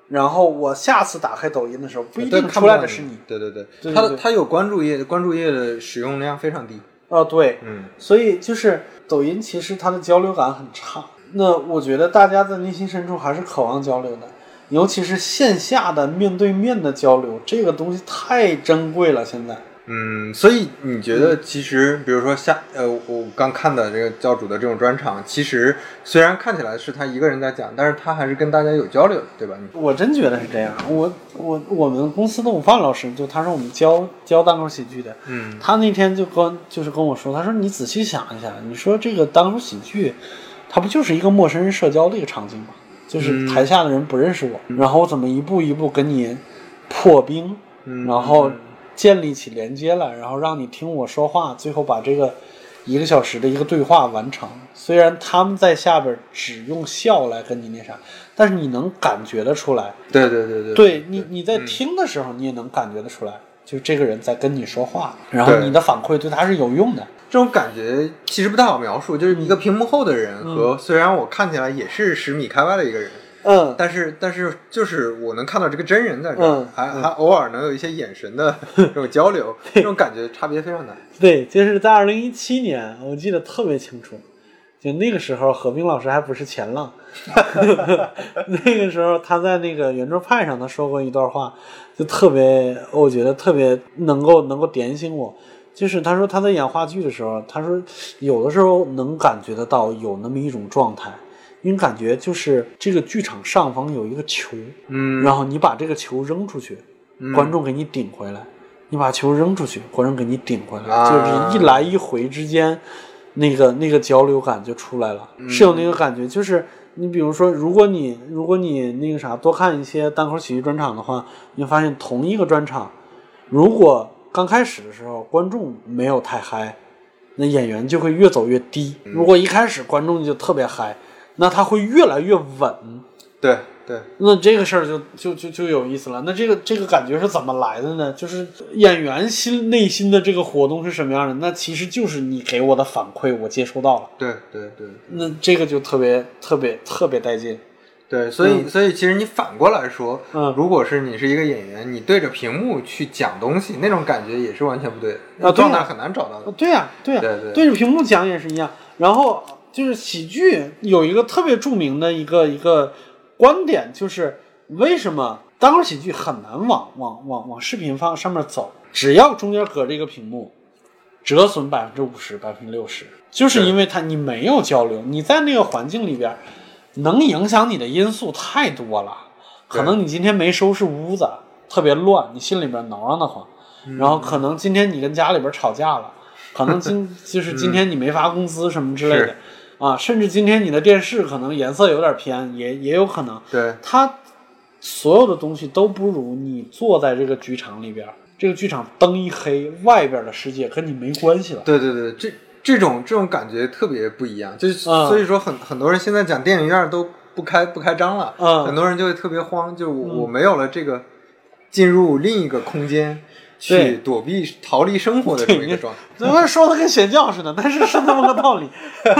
然后我下次打开抖音的时候，不一对定看出来到的是你，对对对，对对他对他有关注页，关注页的使用量非常低。哦、对，嗯所以就是抖音其实它的交流感很差。那我觉得大家在内心深处还是渴望交流的，尤其是线下的面对面的交流，这个东西太珍贵了。现在，嗯，所以你觉得其实，比如说下呃，我刚看的这个教主的这种专场，其实虽然看起来是他一个人在讲，但是他还是跟大家有交流的，对吧？你我真觉得是这样。我我我们公司的午饭老师，就他是我们教教单口喜剧的，嗯他那天就跟就是跟我说，他说你仔细想一下，你说这个单口喜剧，它不就是一个陌生人社交的一个场景吗？就是台下的人不认识我，然后我怎么一步一步跟你破冰，嗯然后建立起连接来，然后让你听我说话，最后把这个一个小时的一个对话完成。虽然他们在下边只用笑来跟你那啥，但是你能感觉得出来，对对对对对嗯你，你在听的时候，你也能感觉得出来，就这个人在跟你说话，然后对你的反馈对他是有用的。这种感觉其实不太好描述，就是一个屏幕后的人嗯和虽然我看起来也是十米开外的一个人，嗯，但是但是就是我能看到这个真人在这儿，嗯还还偶尔能有一些眼神的 这种交流，这种感觉差别非常大。对，就是在二零一七年，我记得特别清楚，就那个时候何冰老师还不是前浪，那个时候他在那个圆桌派上他说过一段话，就特别，我觉得特别能够能够点醒我。就是他说他在演话剧的时候，他说有的时候能感觉得到有那么一种状态，因为感觉就是这个剧场上方有一个球，嗯然后你把这个球扔出去，观众给你顶回来；你把球扔出去，观众给你顶回来，啊就是一来一回之间，那个那个交流感就出来了，嗯是有那个感觉。就是你比如说，如果你如果你那个啥多看一些单口喜剧专场的话，你会发现同一个专场，如果刚开始的时候观众没有太嗨，那演员就会越走越低；嗯如果一开始观众就特别嗨，那他会越来越稳。对对，那这个事儿就就就就有意思了。那这个这个感觉是怎么来的呢？就是演员心内心的这个活动是什么样的？那其实就是你给我的反馈，我接收到了。对对对，那这个就特别特别特别带劲。对，所以、所以其实你反过来说，嗯如果是你是一个演员，你对着屏幕去讲东西，那种感觉也是完全不对的，啊对啊状态很难找到的。对呀、对呀、对对对着屏幕讲也是一样。然后就是喜剧有一个特别著名的一个一个观点，就是为什么单口喜剧很难往往往往视频方上面走？只要中间隔着一个屏幕，折损百分之五十、百分之六十，就是对因为它你没有交流，你在那个环境里边，能影响你的因素太多了。可对能你今天没收拾屋子，特别乱，你心里边挠痒的慌。嗯然后可能今天你跟家里边吵架 了，可能今就是今天你没发工资什么之类的是，啊，甚至今天你的电视可能颜色有点偏，也也有可能，对，它所有的东西都不如你坐在这个剧场里边，这个剧场灯一黑，外边的世界跟你没关系了。对对对，这这种这种感觉特别不一样，就是、嗯所以说很很多人现在讲电影院都不开不开张了，嗯很多人就会特别慌，就我、我没有了这个进入另一个空间对去躲避逃离生活的这么一个 状态。咱们说的跟邪教似的，但是是那么个道理。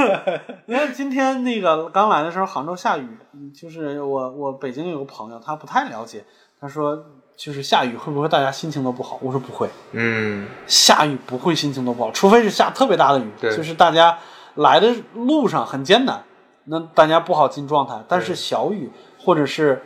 你看今天那个刚来的时候，杭州下雨，嗯就是我我北京有个朋友，他不太了解，他说就是下雨会不会大家心情都不好？我说不会，嗯，下雨不会心情都不好，除非是下特别大的雨，对就是大家来的路上很艰难，那大家不好进状态。但是小雨或者是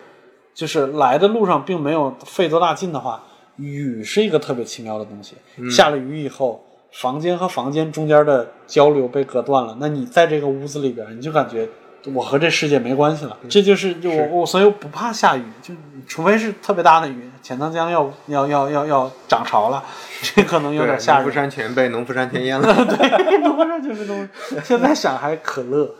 就是来的路上并没有费多大劲的话，雨是一个特别奇妙的东西。下了雨以后，房间和房间中间的交流被隔断了，那你在这个屋子里边，你就感觉。我和这世界没关系了，这就是就我我，所以我不怕下雨，就除非是特别大的雨，钱塘江要要要要要涨潮了，这可能有对点吓农夫人。山泉被农夫山泉淹了。 多少就是东西。 现在想还可 乐，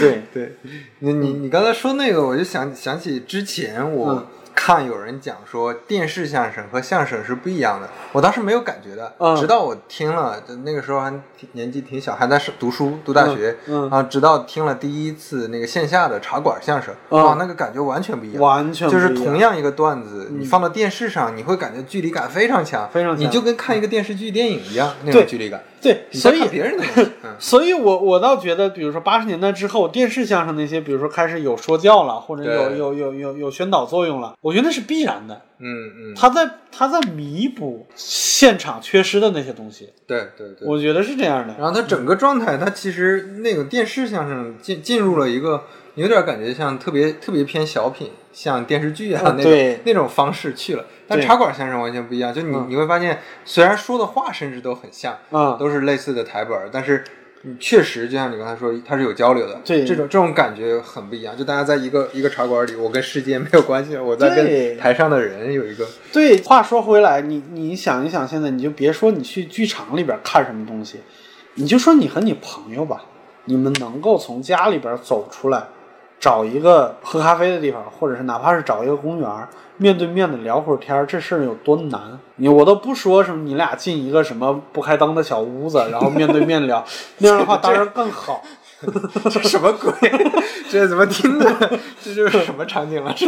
对，对，你你你刚才说那个，我就想想起之前我嗯看有人讲说电视相声和相声是不一样的，我当时没有感觉的，嗯直到我听了，就那个时候还挺年纪挺小，还在是读书读大学，嗯嗯啊，直到听了第一次那个线下的茶馆相声，嗯哇，那个感觉完全不一样，完全就是不一样嗯同样一个段子，你放到电视上，你会感觉距离感非常强，非常强嗯你就跟看一个电视剧、电影一样那对种距离感，对，你在所以，看别人的东西，嗯 所以我我倒觉得，比如说八十年代之后，电视相声那些，比如说开始有说教了，或者有对有有有有宣导作用了，我觉得那是必然的。嗯嗯，他在他在弥补现场缺失的那些东西，对对对。我觉得是这样的。然后他整个状态，他其实那种电视相声进进入了一个有点感觉像特别特别偏小品，像电视剧啊、嗯那对种那种方式去了。但对茶馆相声完全不一样，就你、嗯你会发现，虽然说的话甚至都很像，嗯都是类似的台本儿，但是你确实就像你刚才说，它是有交流的。对这种这种感觉很不一样。就大家在一个一个茶馆里，我跟世界没有关系，我在对跟台上的人有一 个对，话说回来，你你想一想，现在你就别说你去剧场里边看什么东西，你就说你和你朋友吧，你们能够从家里边走出来，找一个喝咖啡的地方，或者是哪怕是找一个公园儿，面对面的聊会儿天儿，这事儿有多难？你我都不说什么，你俩进一个什么不开灯的小屋子，然后面对面聊， 那样的话当然更好。这什么鬼？ 这怎么听的？ 这就是什么场景了？这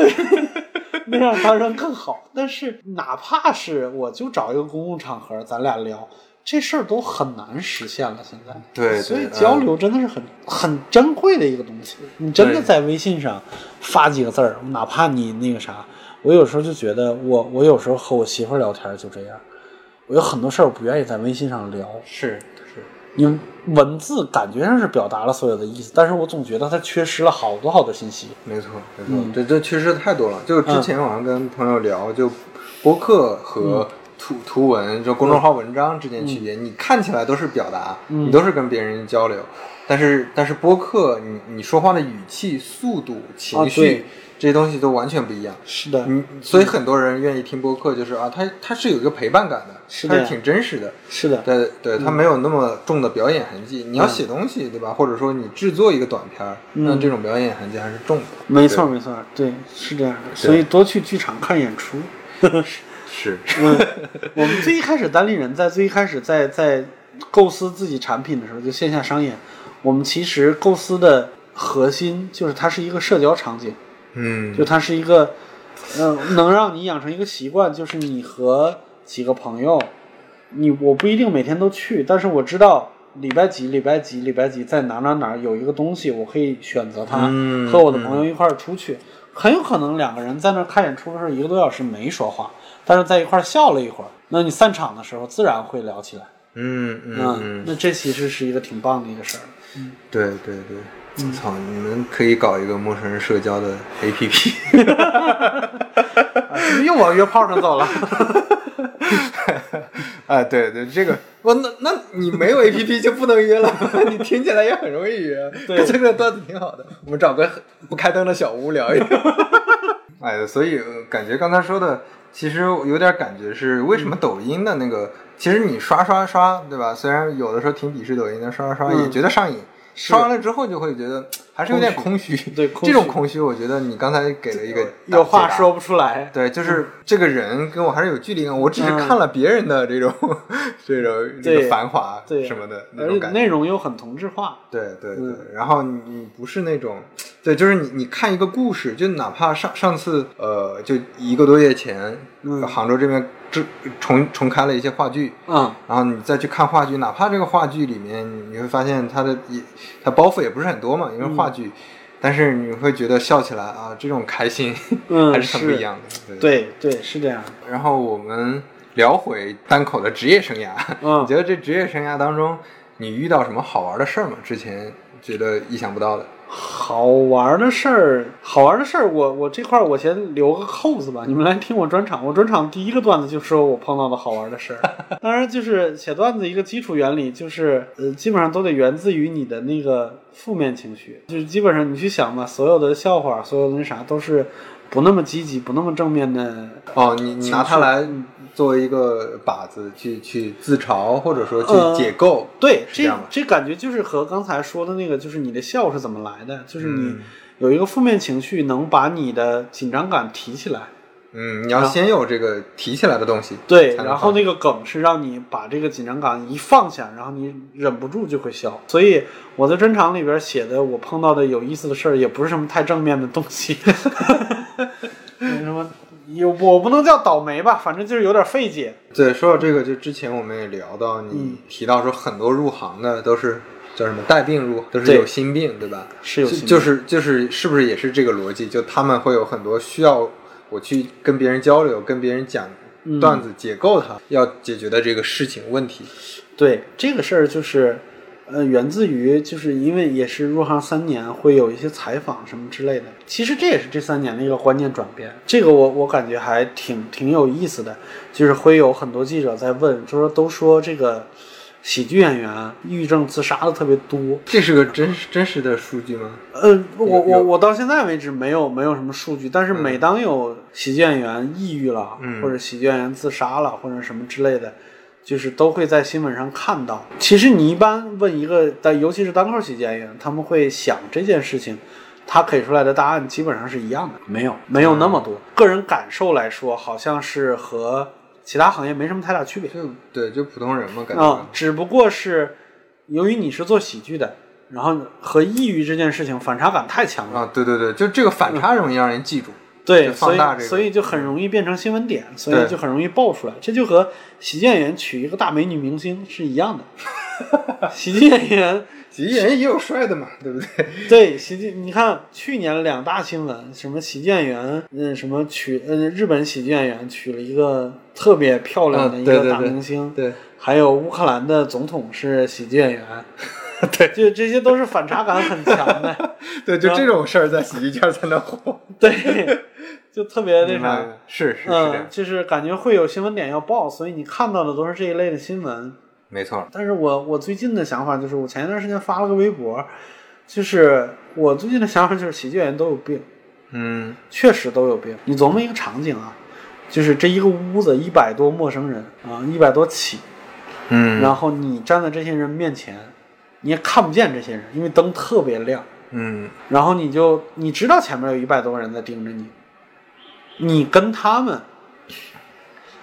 那样当然更好。但是哪怕是我就找一个公共场合，咱俩聊这事儿都很难实现了。现在，对对所以嗯交流真的是很、很珍贵的一个东西。你真的对在微信上发几个字儿，哪怕你那个啥，我有时候就觉得我我有时候和我媳妇儿聊天就这样，我有很多事儿我不愿意在微信上聊，是是。因为文字感觉上是表达了所有的意思，但是我总觉得它缺失了好多好多信息。没错，没错，嗯这这缺失太多了。就之前我还跟朋友聊，就博客嗯和图、图文，就公众号文章之间区别，你看起来都是表达，嗯你都是跟别人交流，但是但是播客，你你说话的语气、速度、情啊对绪、这些东西都完全不一样。是的，嗯，所以很多人愿意听播客，就是啊，它它是有一个陪伴感的，是它的呀是挺真实的。是的，对对，它没有那么重的表演痕迹。你要嗯写东西，对吧？或者说你制作一个短片儿，嗯那这种表演痕迹还是重的。没错，没错，对，是这样的。所以多去剧场看演 出。是，嗯，我们最一开始单立人在最一开始在在构思自己产品的时候，就线下商演，我们其实构思的核心就是它是一个社交场景，嗯，就它是一个，呃，能让你养成一个习惯，就是你和几个朋友，你我不一定每天都去，但是我知道礼拜几礼拜几礼拜几在哪哪哪有一个东西，我可以选择它，嗯和我的朋友一块儿出去。很有可能两个人在那儿看演出的时候一个多小时没说话，但是在一块儿笑了一会儿，那你散场的时候自然会聊起来。嗯嗯嗯，那这其实是一个挺棒的一个事儿。对对对，操、你们可以搞一个陌生人社交的 APP，又往约炮上走了。 啊，对对，这个我那那你没有 APP 就不能约了， 你听起来也很容易约，对这个段子挺好的，我们找个不开灯的小屋聊 一聊。哎，所以呃感觉刚才说的，其实有点感觉是为什嗯么抖音的那个，其实你刷刷刷，对吧？虽然有的时候挺鄙视抖音的，刷刷刷也嗯觉得上瘾，刷完了之后就会觉得还是有点空虚。对空这种虚空虚，我觉得你刚才给了一个有话解答。说不出来。对，就是这个人跟我还是有距离感，我只是看了别人的这种、这种这个嗯对繁华对什么的那而种且感觉。内容又很同质化。对对对，嗯然后你你不是那种，对，就是你你看一个故事，就哪怕上上次呃，就一个多月前，嗯杭州这边这重重开了一些话剧，嗯然后你再去看话剧，哪怕这个话剧里面你会发现它的也它包袱也不是很多嘛，因为嗯话剧，但是你会觉得笑起来啊，这种开心、嗯还是很不是一样的。对对对，是这样。然后我们聊回单口的职业生涯。 嗯你觉得这职业生涯当中，你遇到什么好玩的事儿吗？之前觉得意想不到的。好玩的事儿，好玩的事儿，我我这块儿我先留个扣子吧。你们来听我专场，我专场第一个段子就是我碰到的好玩的事儿。 当然，就是写段子一个基础原理就是，呃，基本上都得源自于你的那个负面情绪，就是基本上你去想吧，所有的笑话，所有的那啥都是不那么积极、不那么正面的哦，你你拿情绪它来作为一个靶子去去自嘲，或者说呃去解构。对，是这这样吧这感觉就是和刚才说的那个，就是你的笑是怎么来的，就是你嗯有一个负面情绪能把你的紧张感提起来，嗯，你要先有这个提起来的东西。对，才能然后放那个梗是让你把这个紧张感一放下，然后你忍不住就会笑。所以我在专场里边写的，我碰到的有意思的事儿，也不是什么太正面的东 西， 什么。有我不能叫倒霉吧，反正就是有点费解。对，说到这个，就之前我们也聊到，你嗯提到说很多入行的都是叫什么带病入，都是对有心病，对吧？是有就心病就是就是是不是也是这个逻辑？就他们会有很多需要我去跟别人交流，跟别人讲嗯段子，解构它要解决的这个事情问题。对这个事儿，就是，呃，源自于就是因为也是入行三年，会有一些采访什么之类的。其实这也是这三年的一个观念转变。这个我我感觉还挺挺有意思的，就是会有很多记者在问，就说都说这个喜剧演员抑郁症自杀的特别多。这是个真实真实的数据吗？呃，我有我我到现在为止没有没有什么数据，但是嗯每当有喜剧演员抑郁了，嗯或者喜剧演员自杀了，或者什么之类的，就是都会在新闻上看到。其实你一般问一个，但尤其是单口喜剧演员，他们会想这件事情，他给出来的答案基本上是一样的，没有没有那么嗯多。个人感受来说，好像是和其他行业没什么太大区别。就对，就普通人嘛，感觉。啊、只不过是由于你是做喜剧的，然后和抑郁这件事情反差感太强了，啊，对对对，就这个反差容易让人记住。对，就所放以大这个所以就很容易变成新闻点，所对以就很容易爆出来。这就和喜剧演员娶一个大美女明星是一样的。 喜剧演员喜剧人也有帅的嘛，对不对？对喜剧，你看去年两大新闻，什么喜剧演员，嗯，什么娶，嗯，日本喜剧演员娶了一个特别漂亮的嗯一对个对大对明星，对，还有乌克兰的总统是喜剧演员， 对就这些都是反差感很强 的，对，就这种事儿在喜剧圈才能火。对，就特别嗯那啥。是是是这嗯样，，就是感觉会有新闻点要报，所以你看到的都是这一类的新闻。没错。但是我我最近的想法就是，我前一段时间发了个微博，就是我最近的想法就是，喜剧演员都有病，嗯，确实都有病。你琢磨一个场景啊，就是这一个屋子一百多陌生人啊，一百多起，嗯，然后你站在这些人面前，你也看不见这些人，因为灯特别亮。嗯然后你就你知道前面有一百多个人在盯着你，你跟他们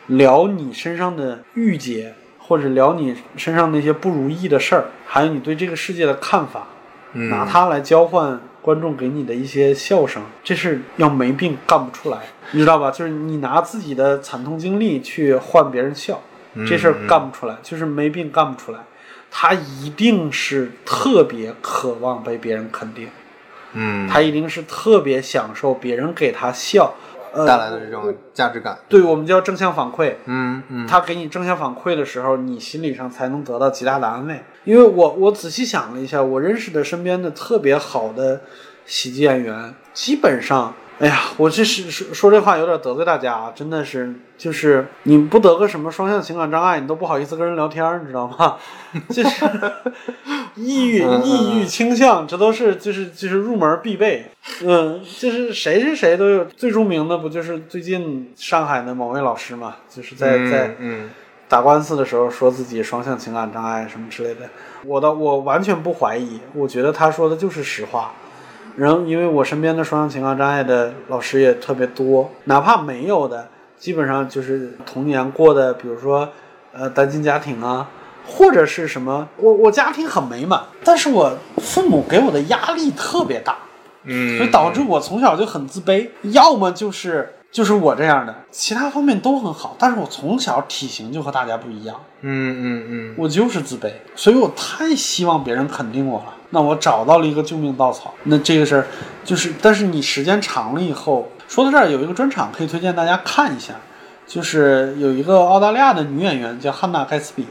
聊你身上的郁结，或者聊你身上那些不如意的事儿，还有你对这个世界的看法，嗯，拿它来交换观众给你的一些笑声，这是要没病干不出来，你知道吧？就是你拿自己的惨痛经历去换别人笑，这事儿干不出来，就是没病干不出来。他一定是特别渴望被别人肯定，嗯，他一定是特别享受别人给他笑，呃，带来的这种价值感，对我们叫正向反馈。嗯嗯，他给你正向反馈的时候，你心理上才能得到极大的安慰。因为我我仔细想了一下，我认识的身边的特别好的喜剧演员，基本上，哎呀，我这是说说这话有点得罪大家啊，真的是，就是你不得个什么双向情感障碍，你都不好意思跟人聊天儿，你知道吗？ 就是抑郁嗯嗯抑郁倾向，这都是就是就是入门必备。嗯，就是谁是谁都有，最著名的不就是最近上海的某位老师嘛，就是在、在。嗯打官司的时候说自己双向情感障碍什么之类的，我的我完全不怀疑，我觉得他说的就是实话。然后，因为我身边的双向情感障碍的老师也特别多，哪怕没有的，基本上就是童年过的，比如说，呃，单亲家庭啊，或者是什么，我我家庭很美满，但是我父母给我的压力特别大，嗯，所以导致我从小就很自卑，要么就是就是我这样的，其他方面都很好，但是我从小体型就和大家不一样，嗯嗯嗯我就是自卑，所以我太希望别人肯定我了。那我找到了一个救命稻草，那这个事儿就是，但是你时间长了以后，说到这儿有一个专场可以推荐大家看一下，就是有一个澳大利亚的女演员叫汉娜·盖茨比，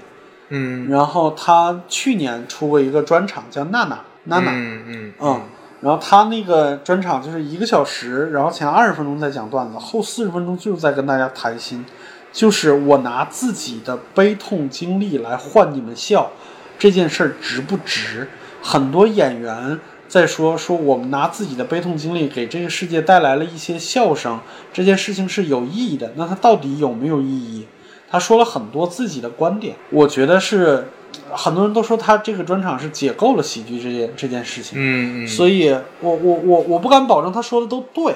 嗯，然后她去年出过一个专场叫娜娜娜娜，嗯嗯嗯，然后他那个专场就是一个小时，然后前二十分钟在讲段子，后四十分钟就是在跟大家谈心，就是我拿自己的悲痛经历来换你们笑，这件事儿值不值？很多演员在说 说我们拿自己的悲痛经历给这个世界带来了一些笑声，这件事情是有意义的。那它到底有没有意义？他说了很多自己的观点，我觉得是呃很多人都说他这个专场是解构了喜剧这件这件事情。嗯嗯，所以我我我我不敢保证他说的都对，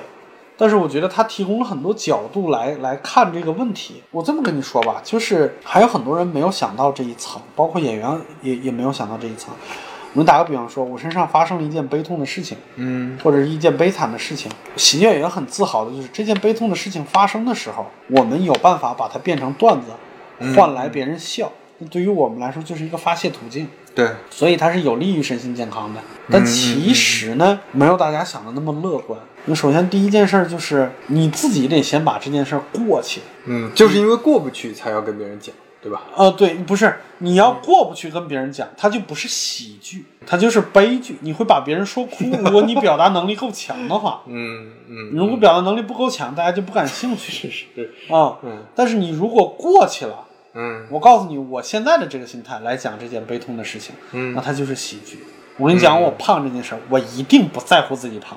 但是我觉得他提供了很多角度来来看这个问题。我这么跟你说吧，就是还有很多人没有想到这一层，包括演员也也没有想到这一层。我们打个比方说，我身上发生了一件悲痛的事情，嗯或者是一件悲惨的事情，喜剧演员很自豪的就是这件悲痛的事情发生的时候，我们有办法把它变成段子，换来别人笑。那对于我们来说，就是一个发泄途径。对，所以它是有利于身心健康嗯的。但其实呢，没有大家想的那么乐观。那首先第一件事儿就是你自己得先把这件事儿过去。嗯，就是因为过不去才要跟别人讲，对吧？呃，对，不是你要过不去跟别人讲，它就不是喜剧，它就是悲剧。你会把别人说 哭，如果你表达能力够强的话。嗯嗯，如果表达能力不够强，大家就不感兴趣。是是啊、嗯但是你如果过去了，嗯我告诉你，我现在的这个心态来讲这件悲痛的事情，嗯那它就是喜剧。我跟你讲，我胖这件事儿，我一定不在乎自己胖。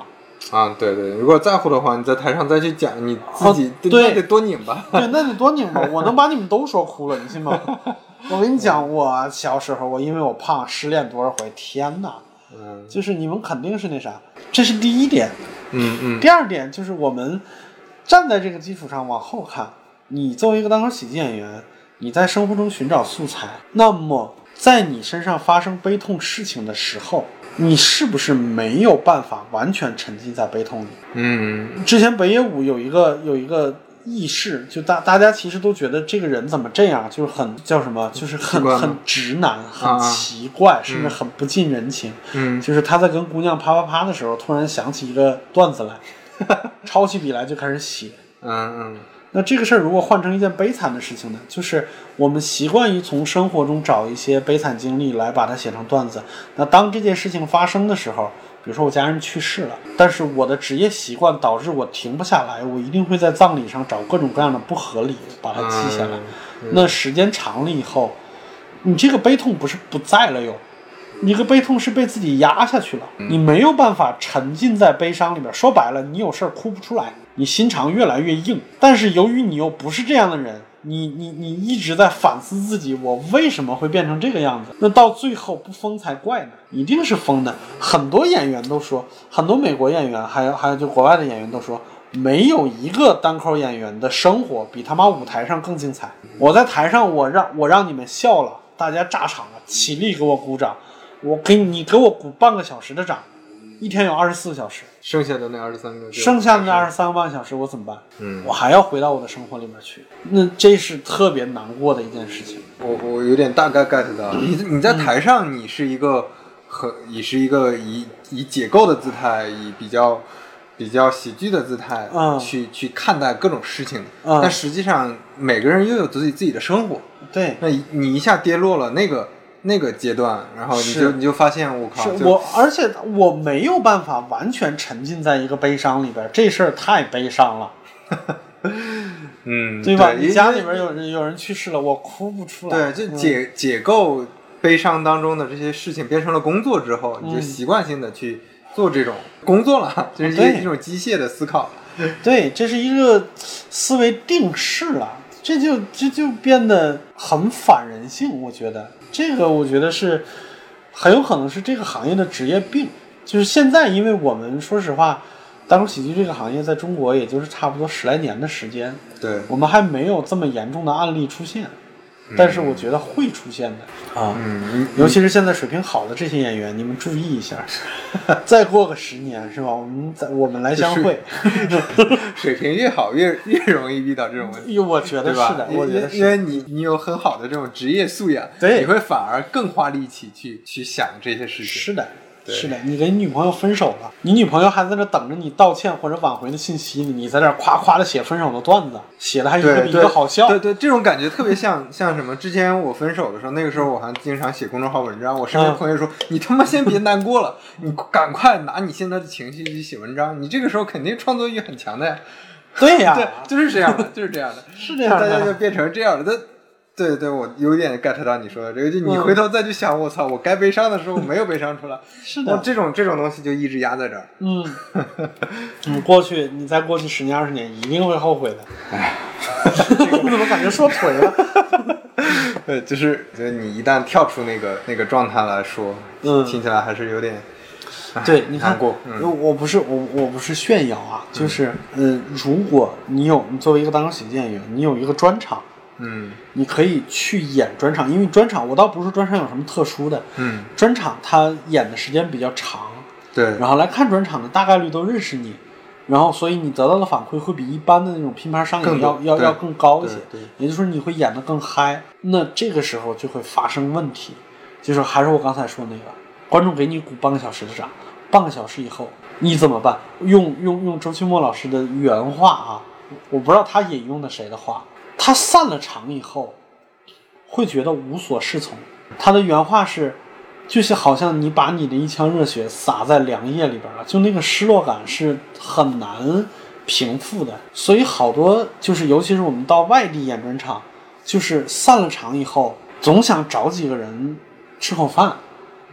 啊，对对，如果在乎的话，你在台上再去讲，你自己啊对那得多拧 巴。对，那得多拧巴，我能把你们都说哭了，你信吗？我跟你讲，我小时候，我因为我胖失恋多少回，天哪！嗯就是你们肯定是那啥，这是第一点。嗯嗯第二点就是我们站在这个基础上往后看，你作为一个单口喜剧演员，你在生活中寻找素材，那么在你身上发生悲痛事情的时候，你是不是没有办法完全沉浸在悲痛里？嗯之前北野武有一个有一个轶事，就大大家其实都觉得这个人怎么这样，就是很叫什么，就是很奇怪吗很直男，啊很啊奇怪，甚至很不近人情。嗯就是他在跟姑娘啪啪啪的时候，突然想起一个段子来， 抄起笔来就开始写。嗯那这个事儿如果换成一件悲惨的事情呢？就是我们习惯于从生活中找一些悲惨经历来把它写成段子。那当这件事情发生的时候，比如说我家人去世了，但是我的职业习惯导致我停不下来，我一定会在葬礼上找各种各样的不合理把它记下来。那时间长了以后，你这个悲痛不是不在了哟，你个悲痛是被自己压下去了，你没有办法沉浸在悲伤里边。说白了，你有事儿哭不出来，你心肠越来越硬。但是由于你又不是这样的人，你你你一直在反思自己，我为什么会变成这个样子？那到最后不疯才怪呢，一定是疯的。很多演员都说，很多美国演员，还有还有就国外的演员都说，没有一个单口演员的生活比他妈舞台上更精彩。我在台上，我让我让你们笑了，大家炸场了，起立给我鼓掌，我给你给我鼓半个小时的掌，一天有二十四个小时，剩下的那二十三个就，剩下的那二十三个半小时我怎么办？嗯，我还要回到我的生活里面去，那这是特别难过的一件事情。我我有点大概 get 到你，你在台上你是一个很，你是一个以以解构的姿态，以比较比较喜剧的姿态嗯去、去看待各种事情，嗯但实际上每个人又有自己自己的生活，对，那你一下跌落了那个那个阶段，然后你是就你就发现我靠，是就我，而且我没有办法完全沉浸在一个悲伤里边，这事儿太悲伤了，嗯，对吧？因你为家里边有人有人去世了，我哭不出来。对，就嗯解、解构悲伤当中的这些事情变成了工作之后，你就嗯习惯性的去做这种工作了， 就是对一一种机械的思考。对，这是一个思维定式了，这就这就变得很反人性。我觉得这个，我觉得是很有可能是这个行业的职业病。就是现在，因为我们说实话，单口喜剧这个行业在中国也就是差不多十来年的时间，对我们还没有这么严重的案例出现，但是我觉得会出现的啊。嗯，尤其是现在水平好的这些演员，你们注意一下， 再过个十年是吧？我们再我们来相是会。水平越好越越容易遇到这种问题， 哎哟，我觉得对是吧？的，因我觉得因是。为你你有很好的这种职业素养，对你会反而更花力气去去想这些事情。是的，对是的，你跟你女朋友分手了，你女朋友还在那等着你道歉或者挽回的信息呢，你在那儿夸夸的写分手的段子，写的还一个对比一个好笑。对对，这种感觉特别像像什么？之前我分手的时候，那个时候我还经常写公众号文章，我身边嗯朋友说：“你他妈先别难过了，你赶快拿你现在的情绪去写文章，你这个时候肯定创作欲很强的呀。对呀、对，就是这样的，就是这样的，啊 是这样大家就的。变成这样的。但对对，我有点 get 到你说的这个，就你嗯回头再去想，我操，我该悲伤的时候我没有悲伤出来， 是我的，这种这种东西就一直压在 这儿。嗯，你过去，你再过去十年二十年，一定会后悔的。哎 我怎么感觉说腿了？ 对，就是就是你一旦跳出那个那个状态来说，嗯听起来还是有点对，你看难过，嗯我我不是我我不是炫耀啊，就是嗯，如果你有你作为一个单口喜剧演员，你有一个专场，嗯你可以去演专场，因为专场我倒不是说专场有什么特殊的，嗯，专场它演的时间比较长，对，然后来看专场的大概率都认识你，然后所以你得到的反馈会比一般的那种拼盘上更演多要要对要更高一些对对，也就是说你会演得更嗨，那这个时候就会发生问题，就是还是我刚才说那个，观众给你鼓半个小时的掌，半个小时以后你怎么办？用用用周奇墨老师的原话啊， 我不知道他引用的谁的话，他散了场以后会觉得无所适从。他的原话是，就是好像你把你的一腔热血洒在凉夜里边了，就那个失落感是很难平复的。所以好多就是，尤其是我们到外地演专场，就是散了场以后，总想找几个人吃口饭，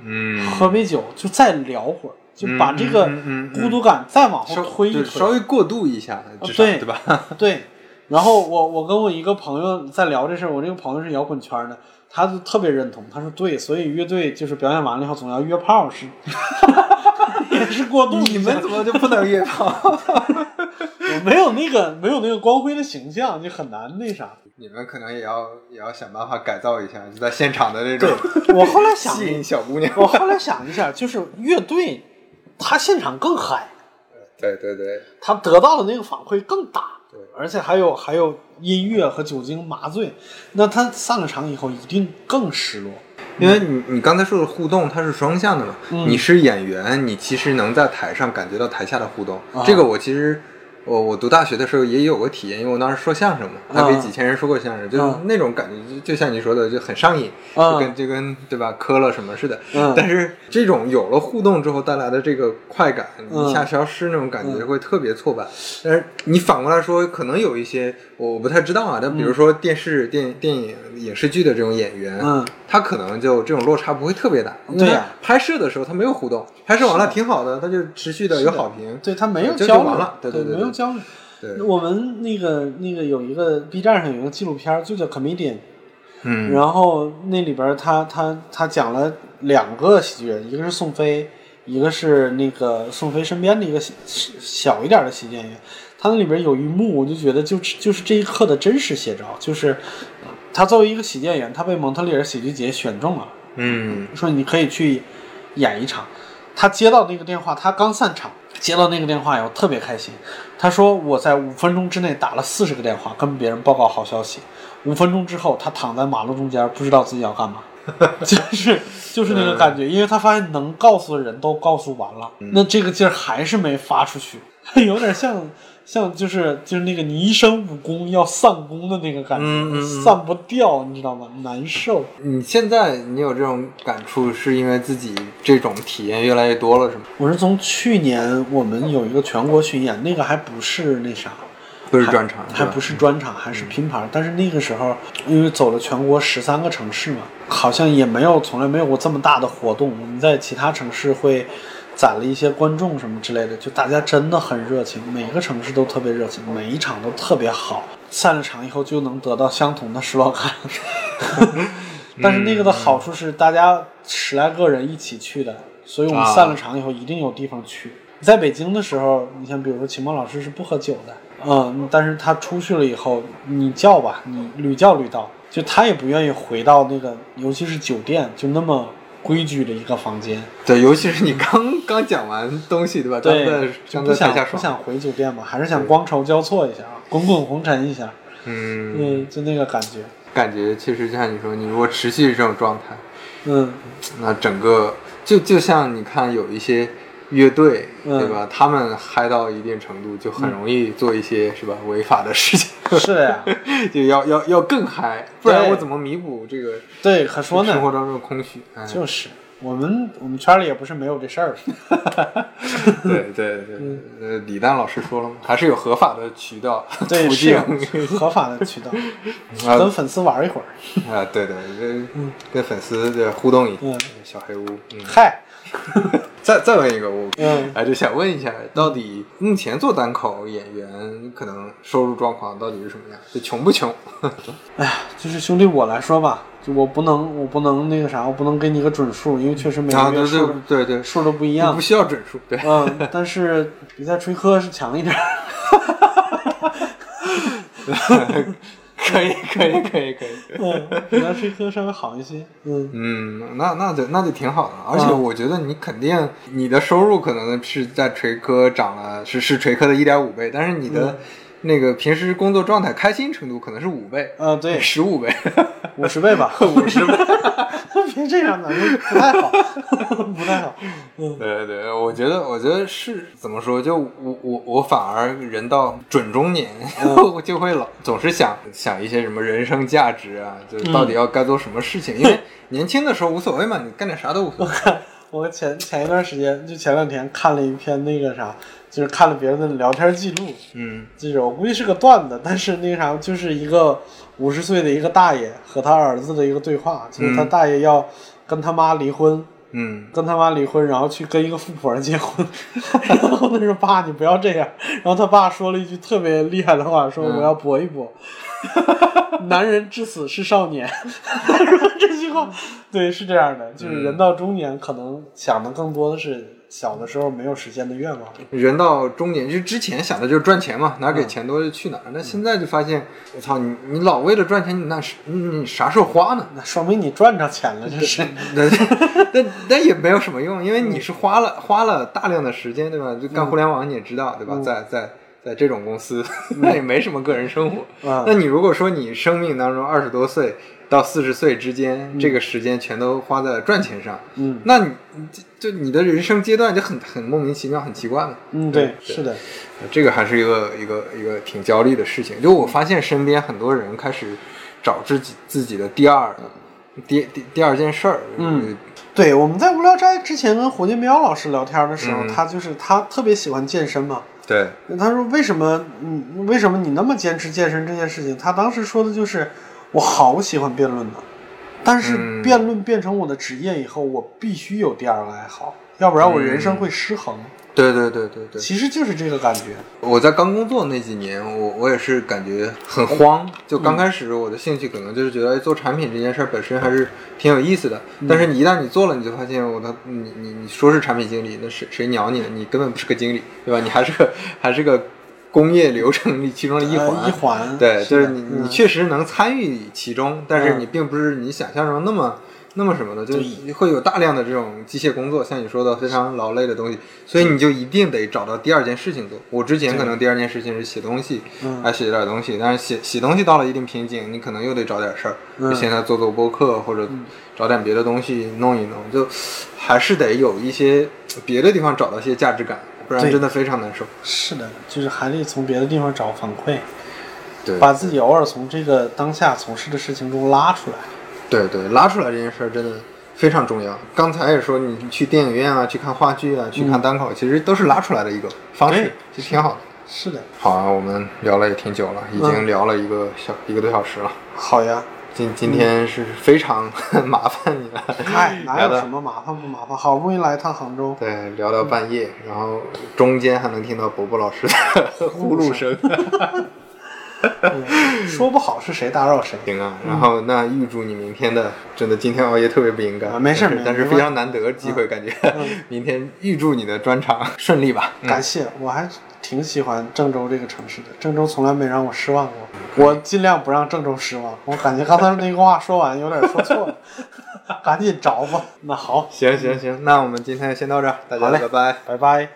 嗯喝杯酒，就再聊会儿，就把这个嗯嗯嗯嗯孤独感再往稍后推一对稍推。微过渡一下，至少、对对吧？ 对，然后我我跟我一个朋友在聊这事儿，我这个朋友是摇滚圈儿的，他就特别认同，他说对，所以乐队就是表演完了以后总要约炮是， 也是过渡一下。 你们怎么就不能约炮？我没有那个没有那个光辉的形象，就很难那啥。 你们可能也要也要想办法改造一下，就在现场的那对种 我后来想，吸引小姑娘。我后来想一下，就是乐队，他现场更嗨，对对对，他得到的那个反馈更大。对而且还有还有音乐和酒精麻醉，那他散了场以后一定更失落。因为你你刚才说的互动，它是双向的嘛。嗯你是演员，你其实能在台上感觉到台下的互动。啊这个我其实我我读大学的时候也有过体验，因为我当时说相声嘛，啊还给几千人说过相声，就是啊那种感觉，就就像你说的，就很上瘾，啊就跟就跟对吧，磕了什么似的。嗯但是这种有了互动之后带来的这个快感，嗯一下消失那种感觉会特别挫败。但是你反过来说，可能有一些我我不太知道啊，但嗯比如说电视、电电影、影视剧的这种演员，嗯他可能就这种落差不会特别大。因为对他呀拍摄的时候他没有互动，拍摄完了是的啊挺好的，他就持续的有好评。对他没有这就交流，完了对对对没有交流。对，我们那个那个有一个 B 站上有一个纪录片儿，就叫《Comedian》，嗯然后那里边儿他他他讲了两个喜剧人，一个是宋飞，一个是那个宋飞身边的一个小小一点儿的喜剧演员。他那里边有一幕，我就觉得就是就是这一刻的真实写照，就是他作为一个喜剧演员，他被蒙特利尔喜剧节选中了，嗯说你可以去演一场。他接到那个电话，他刚散场，接到那个电话以后特别开心。他说我在五分钟之内打了四十个电话，跟别人报告好消息。五分钟之后，他躺在马路中间，不知道自己要干嘛， 就是就是那个感嗯觉，因为他发现能告诉的人都告诉完了，那这个劲儿还是没发出去， 有点像像就是就是那个你一身武功要散功的那个感觉，嗯嗯嗯散不掉，你知道吗？难受。你现在你有这种感触，是因为自己这种体验越来越多了，是吗？我是从去年我们有一个全国巡演，那个还不是那啥，不是专场，还不是嗯是专场，还是拼盘儿。但是那个时候，因为走了全国十三个城市嘛，好像也没有从来没有过这么大的活动。我们在其他城市会攒了一些观众什么之类的，就大家真的很热情，每个城市都特别热情，每一场都特别好。散了场以后就能得到相同的失 落感，但是那个的好处是大家十来个人一起去的，所以我们啊散了场以后一定有地方去。在北京的时候，你像比如说秦梦老师是不喝酒的，嗯，但是他出去了以后，你叫吧，你屡叫屡到，就他也不愿意回到那个，尤其是酒店就那么规矩的一个房间，对，尤其是你刚刚讲完东西，对吧？对刚在，就刚不在想台下不爽，想回酒店嘛，还是想光筹交错一下，啊滚滚红尘一下，嗯，嗯，就那个感觉，感觉其实就像你说，你如果持续这种状态，嗯，那整个就就像你看有一些乐队，嗯对吧？他们嗨到一定程度，就很容易做一些、是吧违法的事情， 是的呀，就要要要更嗨，不然对我怎么弥补这个对，可说呢，生活当中的空虚？哎，就是我们我们圈里也不是没有这事儿，对对对，呃，李诞老师说了嘛，还是有合法的渠道嗯 对，途是径有 合法的渠道，跟啊粉丝玩一会儿。啊，对对，跟跟粉丝的互动一下，嗯小黑屋，嗯，嗨，再再问一个，我嗯哎，就想问一下，到底目前做单口演员可能收入状况到底是什么样？就穷不穷？哎呀，就是兄弟我来说吧，就我不能我不能那个啥，我不能给你个准数，因为确实每啊，个对月数对都对对，数都不一不样不。需要准数，对，嗯，但是比赛吹科是强一点儿。 可以可以可以可以，嗯，比赛吹科稍微好一些。嗯，嗯，那那就那就挺好的，而且我觉得你肯定你的收入可能是在锤科涨了，是是锤科的一点五倍，但是你嗯的那个平时工作状态开心程度可能是五倍，啊对，十五倍， 五十倍吧，五十倍。别这样，咱们不太好， 不太好。嗯对对，我觉得，我觉得是怎么说？就我我我反而人到准中年，我 就会老总是想想一些什么人生价值啊，就是到底要该做什么事情。因为年轻的时候无所谓嘛，你干点啥都无所谓。我前前一段时间，就前两天看了一篇那个啥，就是看了别人的聊天记录，嗯这种我估计是个段子，但是那个啥，就是一个五十岁的一个大爷和他儿子的一个对话，就是他大爷要跟他妈离婚，嗯，跟他妈离婚，然后去跟一个富婆结婚， 然后他说爸你不要这样，然后他爸说了一句特别厉害的话，说我要搏一搏， 男人至死是少年， 说这句话，对，是这样的，就是人到中年可能想的更多的是小的时候没有实现的愿望，人到中年就之前想的就是赚钱嘛，哪给钱多就去哪儿。那、现在就发现，我操，你你老为了赚钱，你那是你你啥时候花呢？那说明你赚着钱了，这是。 那那那也没有什么用，因为你是花了花了大量的时间，对吧？就嗯干互联网你也知道，对吧？在在在这种公司， 那也没什么个人生活。嗯那你如果说你生命当中二十多岁到四十岁之间、这个时间全都花在赚钱上，嗯那你就就你的人生阶段就很很莫名其妙，很奇怪了。嗯，对，是的，这个还是一个一个一个挺焦虑的事情。就我发现身边很多人开始找自己自己的第二第第第二件事儿，嗯，对。我们在无聊斋之前跟胡金彪老师聊天的时候，嗯他就是他特别喜欢健身嘛。对。他说为什么嗯为什么你那么坚持健身这件事情？他当时说的就是我好喜欢辩论呢，但是嗯辩论变成我的职业以后，我必须有第二个爱好，要不然我嗯人生会失衡。对对对对对，其实就是这个感觉。我在刚工作那几年，我我也是感觉很慌。就刚开始我的兴趣可能就是觉得、哎、做产品这件事儿本身还是挺有意思的，嗯但是你一旦你做了，你就发现我的你你你说是产品经理，那谁谁鸟你呢？你根本不是个经理，对吧？你还是个还是个工业流程里其中的一环。呃一环对，就是是的你嗯你确实能参与其中，但是嗯你并不是你想象中那么那么什么的，就是会有大量的这种机械工作，像你说的非常劳累的东西，所以你就一定得找到第二件事情做。我之前可能第二件事情是写东西，嗯还写点东西，但是写写东西到了一定瓶颈，你可能又得找点事儿，嗯就现在做做播客或者找点别的东西弄一弄，就还是得有一些别的地方找到一些价值感，不然对真的非常难受。是的，就是还得从别的地方找反馈，对，把自己偶尔从这个当下从事的事情中拉出来。对对，拉出来这件事儿真的非常重要。刚才也说，你去电影院啊，去看话剧啊，去看单口，其实都是拉出来的一个方式对，其实挺好的。是的，好啊，我们聊了也挺久了，已经聊了一个小、一个多小时了。好呀。今今天是非常 麻烦你了，嗨，哎哪聊有到什么麻烦不麻烦？好不容易来一趟杭 州，对聊到半夜，然后中间还能听到伯伯老师的 呼噜声。说不好是谁打扰谁。行啊，然后那预祝你明天的真的今天熬夜特别不应该，啊没事但是没但是没嗯非常难得的机会，感觉 明天预祝你的专场顺利吧。嗯感谢，我还挺喜欢郑州这个城市的，郑州从来没让我失望过。我尽量不让郑州失望。我感觉刚才那个话说完有点说错 了，赶紧找吧。那好，行行行，那我们今天先到这儿，大家好嘞拜拜。拜拜。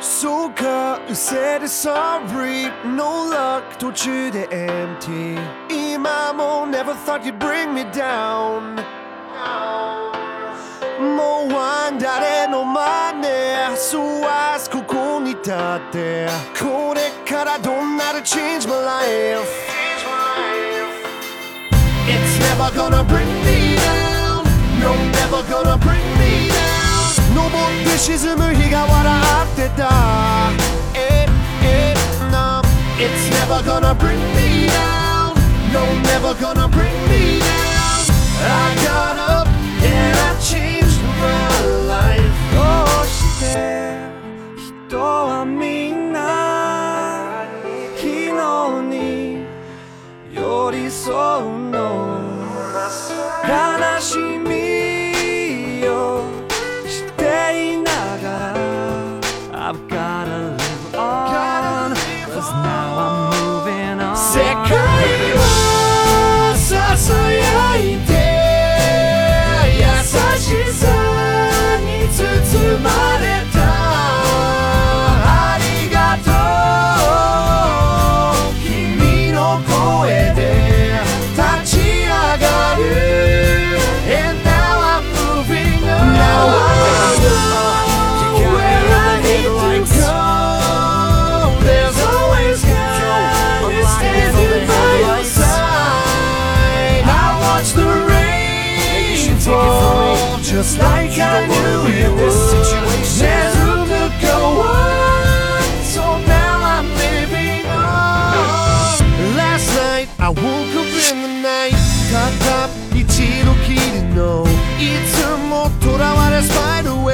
So cut, you said it's sorry. No luck, don't you the empty. Imamo never thought you'd bring me down. Mo wine, dare no money. So ask who konitate. Kore kara don't know how to change my life. It's never gonna bring me down. No, never gonna bring me down. No more dishes in me, he got what I have to die. It, it, no. It's never gonna bring me down. No, never gonna bring me down. I got up and I changed my life. Oh, shit. 人はみんな昨日に寄り添うの悲しみをしていながら I've gotta live on Cause now I'm moving on 世界はささやいて優しさに包まれたありがとう君の声で立ち上がる And now I'm moving on Now I know where I need to go There's always God who's standing by your side I watch the rain fall Just like I knew it would There's room to go on So now I'm living on Last night I woke up in the night たった一度きりのいつも囚われスパイダーウェブ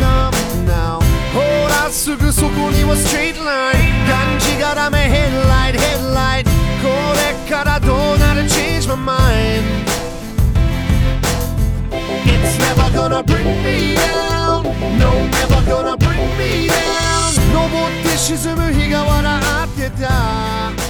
Now, now ほらすぐそこにはストリートラインがんじがらめヘッドライトヘッドライトこれからどうなる Change my mind It's never gonna bring me down. No, never gonna bring me down. No more dishes in the higa when I have to die. Eh,